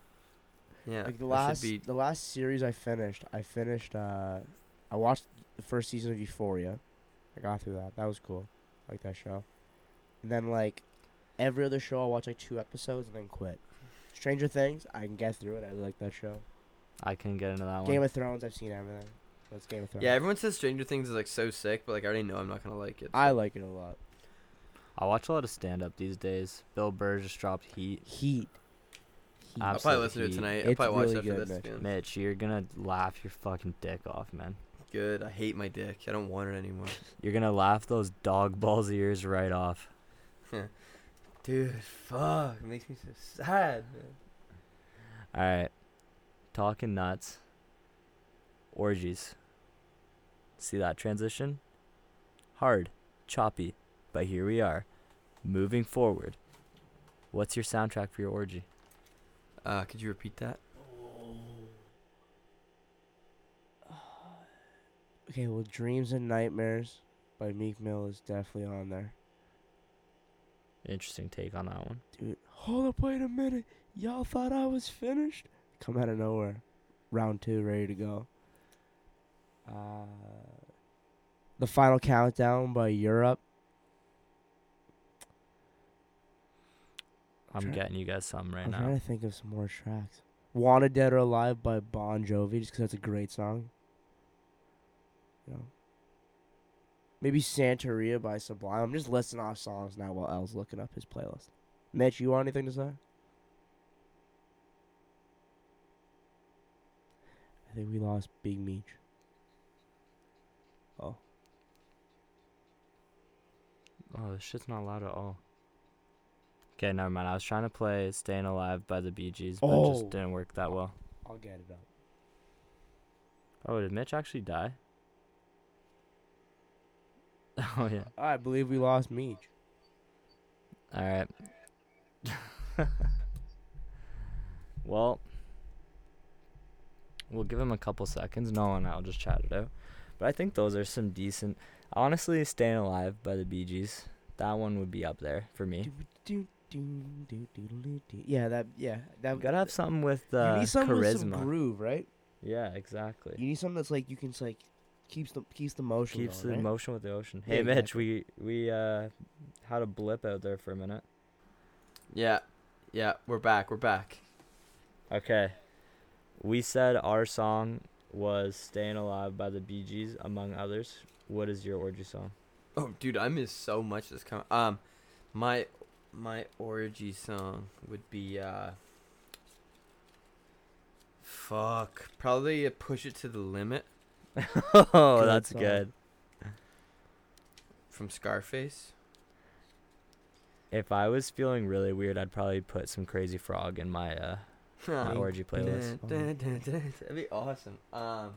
Speaker 5: Yeah.
Speaker 6: Like the
Speaker 5: I
Speaker 6: last,
Speaker 5: should be
Speaker 6: the last series I finished, I finished. uh I watched the first season of Euphoria. I got through that. That was cool. I like that show. And then like every other show, I watch like two episodes and then quit. Stranger Things, I can get through it. I like that show.
Speaker 2: I couldn't get into that one.
Speaker 6: Game of Thrones, I've seen everything. That's Game of Thrones.
Speaker 5: Yeah, everyone says Stranger Things is like so sick, but like I already know I'm not gonna like it.
Speaker 6: I like it a lot.
Speaker 2: I watch a lot of stand up these days. Bill Burr just dropped Heat.
Speaker 6: Heat. Heat.
Speaker 5: I'll
Speaker 2: absolutely
Speaker 5: probably listen to it
Speaker 2: heat.
Speaker 5: tonight. I'll
Speaker 6: It's
Speaker 5: probably watch
Speaker 6: really
Speaker 5: it after
Speaker 6: good,
Speaker 5: this.
Speaker 6: Mitch.
Speaker 5: again.
Speaker 2: Mitch, you're gonna laugh your fucking dick off, man.
Speaker 5: Good. I hate my dick. I don't want it anymore.
Speaker 2: You're gonna laugh those dog balls ears right off.
Speaker 5: Dude, fuck. It makes me so sad. Man.
Speaker 2: All right, talking nuts. Orgies. See that transition? Hard, choppy, but here we are, moving forward. What's your soundtrack for your orgy?
Speaker 5: Uh, could you repeat that?
Speaker 6: Okay, well, Dreams and Nightmares by Meek Mill is definitely on there.
Speaker 2: Interesting take on that one.
Speaker 6: Dude, hold up, wait a minute. Y'all thought I was finished? Come out of nowhere. Round two, ready to go. Uh, the Final Countdown by Europe.
Speaker 2: I'm
Speaker 6: Sure.
Speaker 2: getting you guys some right
Speaker 6: I'm
Speaker 2: now.
Speaker 6: trying to think of some more tracks. Wanted Dead or Alive by Bon Jovi, just 'cause that's a great song. You know. Maybe Santeria by Sublime. I'm just listing off songs now while L's looking up his playlist. Mitch, you want anything to say? I think we lost Big Meech. Oh.
Speaker 2: Oh, this shit's not loud at all. Okay, never mind. I was trying to play "Staying Alive" by the Bee Gees, but it
Speaker 6: Oh.
Speaker 2: just didn't work that well.
Speaker 6: I'll get it up.
Speaker 2: Oh, did Mitch actually die? Oh yeah.
Speaker 6: I believe we lost Meech.
Speaker 2: All right. well, we'll give him a couple seconds. No, and I'll just chat it out. But I think those are some decent. Honestly, "Staying Alive" by the Bee Gees. That one would be up there for me.
Speaker 6: Do, do, do, do, do, do. Yeah, that yeah, that
Speaker 2: Gotta have something with uh,
Speaker 6: you need something
Speaker 2: charisma.
Speaker 6: with some groove, right?
Speaker 2: Yeah, exactly.
Speaker 6: You need something that's like you can s- like keeps the keeps the motion.
Speaker 2: Keeps the
Speaker 6: going, right?
Speaker 2: motion with the ocean.
Speaker 6: Yeah,
Speaker 2: Hey Mitch, we we uh had a blip out there for a minute.
Speaker 5: Yeah. Yeah, we're back. We're back.
Speaker 2: Okay. We said our song was Staying Alive by the Bee Gees, among others. What is your orgy song?
Speaker 5: Oh, dude, I miss so much this com- Um, my my orgy song would be uh. Fuck. Probably a push it to the limit
Speaker 2: oh,
Speaker 6: Good
Speaker 2: that's
Speaker 6: song.
Speaker 2: good.
Speaker 5: from Scarface.
Speaker 2: If I was feeling really weird, I'd probably put some Crazy Frog in my uh my
Speaker 6: Huh.
Speaker 2: orgy playlist.
Speaker 5: Dun, dun, dun, dun. That'd be awesome. Um,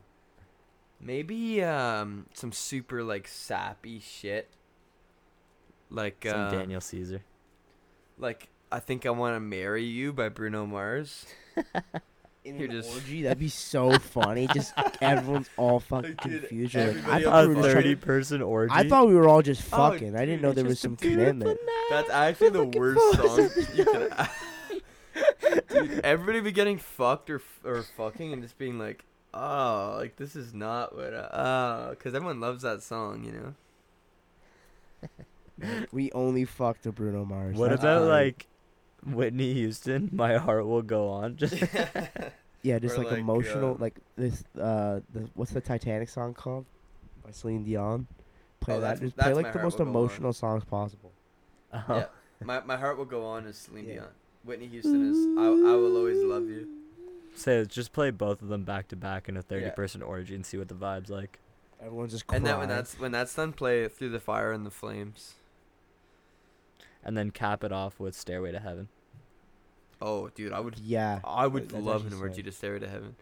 Speaker 5: maybe um some super like sappy shit. Like
Speaker 2: Some
Speaker 5: uh,
Speaker 2: Daniel Caesar.
Speaker 5: like I think I want to marry you by Bruno Mars.
Speaker 6: In
Speaker 5: You're
Speaker 6: an
Speaker 5: just-
Speaker 6: orgy, that'd be so funny. Just everyone's all fucking
Speaker 5: Like, dude,
Speaker 6: confused. You're like, I
Speaker 5: everybody
Speaker 2: A
Speaker 6: thought we
Speaker 5: on
Speaker 6: were.
Speaker 5: fucking-
Speaker 2: thirty
Speaker 6: Trying,
Speaker 2: person orgy.
Speaker 6: I thought we were all just
Speaker 5: Oh,
Speaker 6: fucking. I didn't
Speaker 5: dude,
Speaker 6: know
Speaker 5: it's
Speaker 6: there was
Speaker 5: just a
Speaker 6: some commitment.
Speaker 5: That's actually the worst song you can. Dude, everybody be getting fucked or f- or fucking and just being like, oh, like this is not what. I- Oh, because everyone loves that song, you know.
Speaker 6: We only fucked to Bruno Mars.
Speaker 2: What
Speaker 6: That's
Speaker 2: about
Speaker 6: fine.
Speaker 2: like Whitney Houston? My heart will go on. Just
Speaker 6: yeah, just
Speaker 5: or
Speaker 6: like,
Speaker 5: like,
Speaker 6: emotional,
Speaker 5: um,
Speaker 6: like this. Uh, the, what's the Titanic song called? By Celine Dion. Play
Speaker 5: Oh,
Speaker 6: that.
Speaker 5: that's-
Speaker 6: Just
Speaker 5: that's
Speaker 6: play
Speaker 5: My
Speaker 6: like the
Speaker 5: Heart
Speaker 6: most
Speaker 5: Will Go On.
Speaker 6: emotional songs possible.
Speaker 2: Oh.
Speaker 5: my my heart will go on is Celine
Speaker 6: Yeah.
Speaker 5: Dion. Whitney Houston is I I will always love you.
Speaker 2: Say, just play both of them back to back in a thirty-person
Speaker 5: thirty-person
Speaker 2: orgy and see what the vibes like.
Speaker 6: Everyone's just crying.
Speaker 5: And then when that's when that's done, play it through the fire and the flames.
Speaker 2: and then cap it off with Stairway to Heaven.
Speaker 5: Oh, dude, I would
Speaker 6: yeah,
Speaker 5: I would
Speaker 6: That's
Speaker 5: love
Speaker 6: actually
Speaker 5: an orgy
Speaker 6: sick.
Speaker 5: to Stairway to Heaven.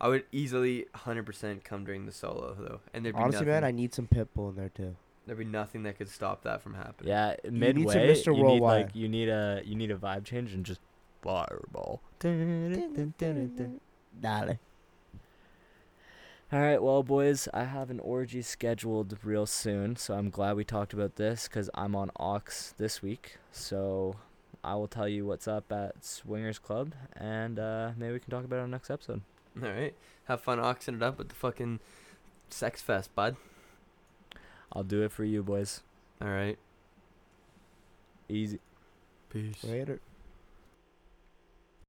Speaker 5: I would easily 100% come during the solo though, and there'd be
Speaker 6: Honestly,
Speaker 5: nothing,
Speaker 6: man, I need some Pitbull in there too.
Speaker 5: there'd be nothing that could stop that from happening.
Speaker 2: Yeah,
Speaker 6: some
Speaker 2: midway,
Speaker 6: Mr.
Speaker 2: you need
Speaker 6: Worldwide.
Speaker 2: like you need a you need a vibe change and just fireball.
Speaker 6: Dale.
Speaker 2: All right, well, boys, I have an orgy scheduled real soon, so I'm glad we talked about this because I'm on Ox this week. So I will tell you what's up at Swingers Club, and uh, maybe we can talk about it on the next episode.
Speaker 5: All right, have fun oxing it up with the fucking sex fest, bud.
Speaker 2: I'll do it for you, boys.
Speaker 5: All right,
Speaker 2: Easy.
Speaker 5: peace.
Speaker 6: Later.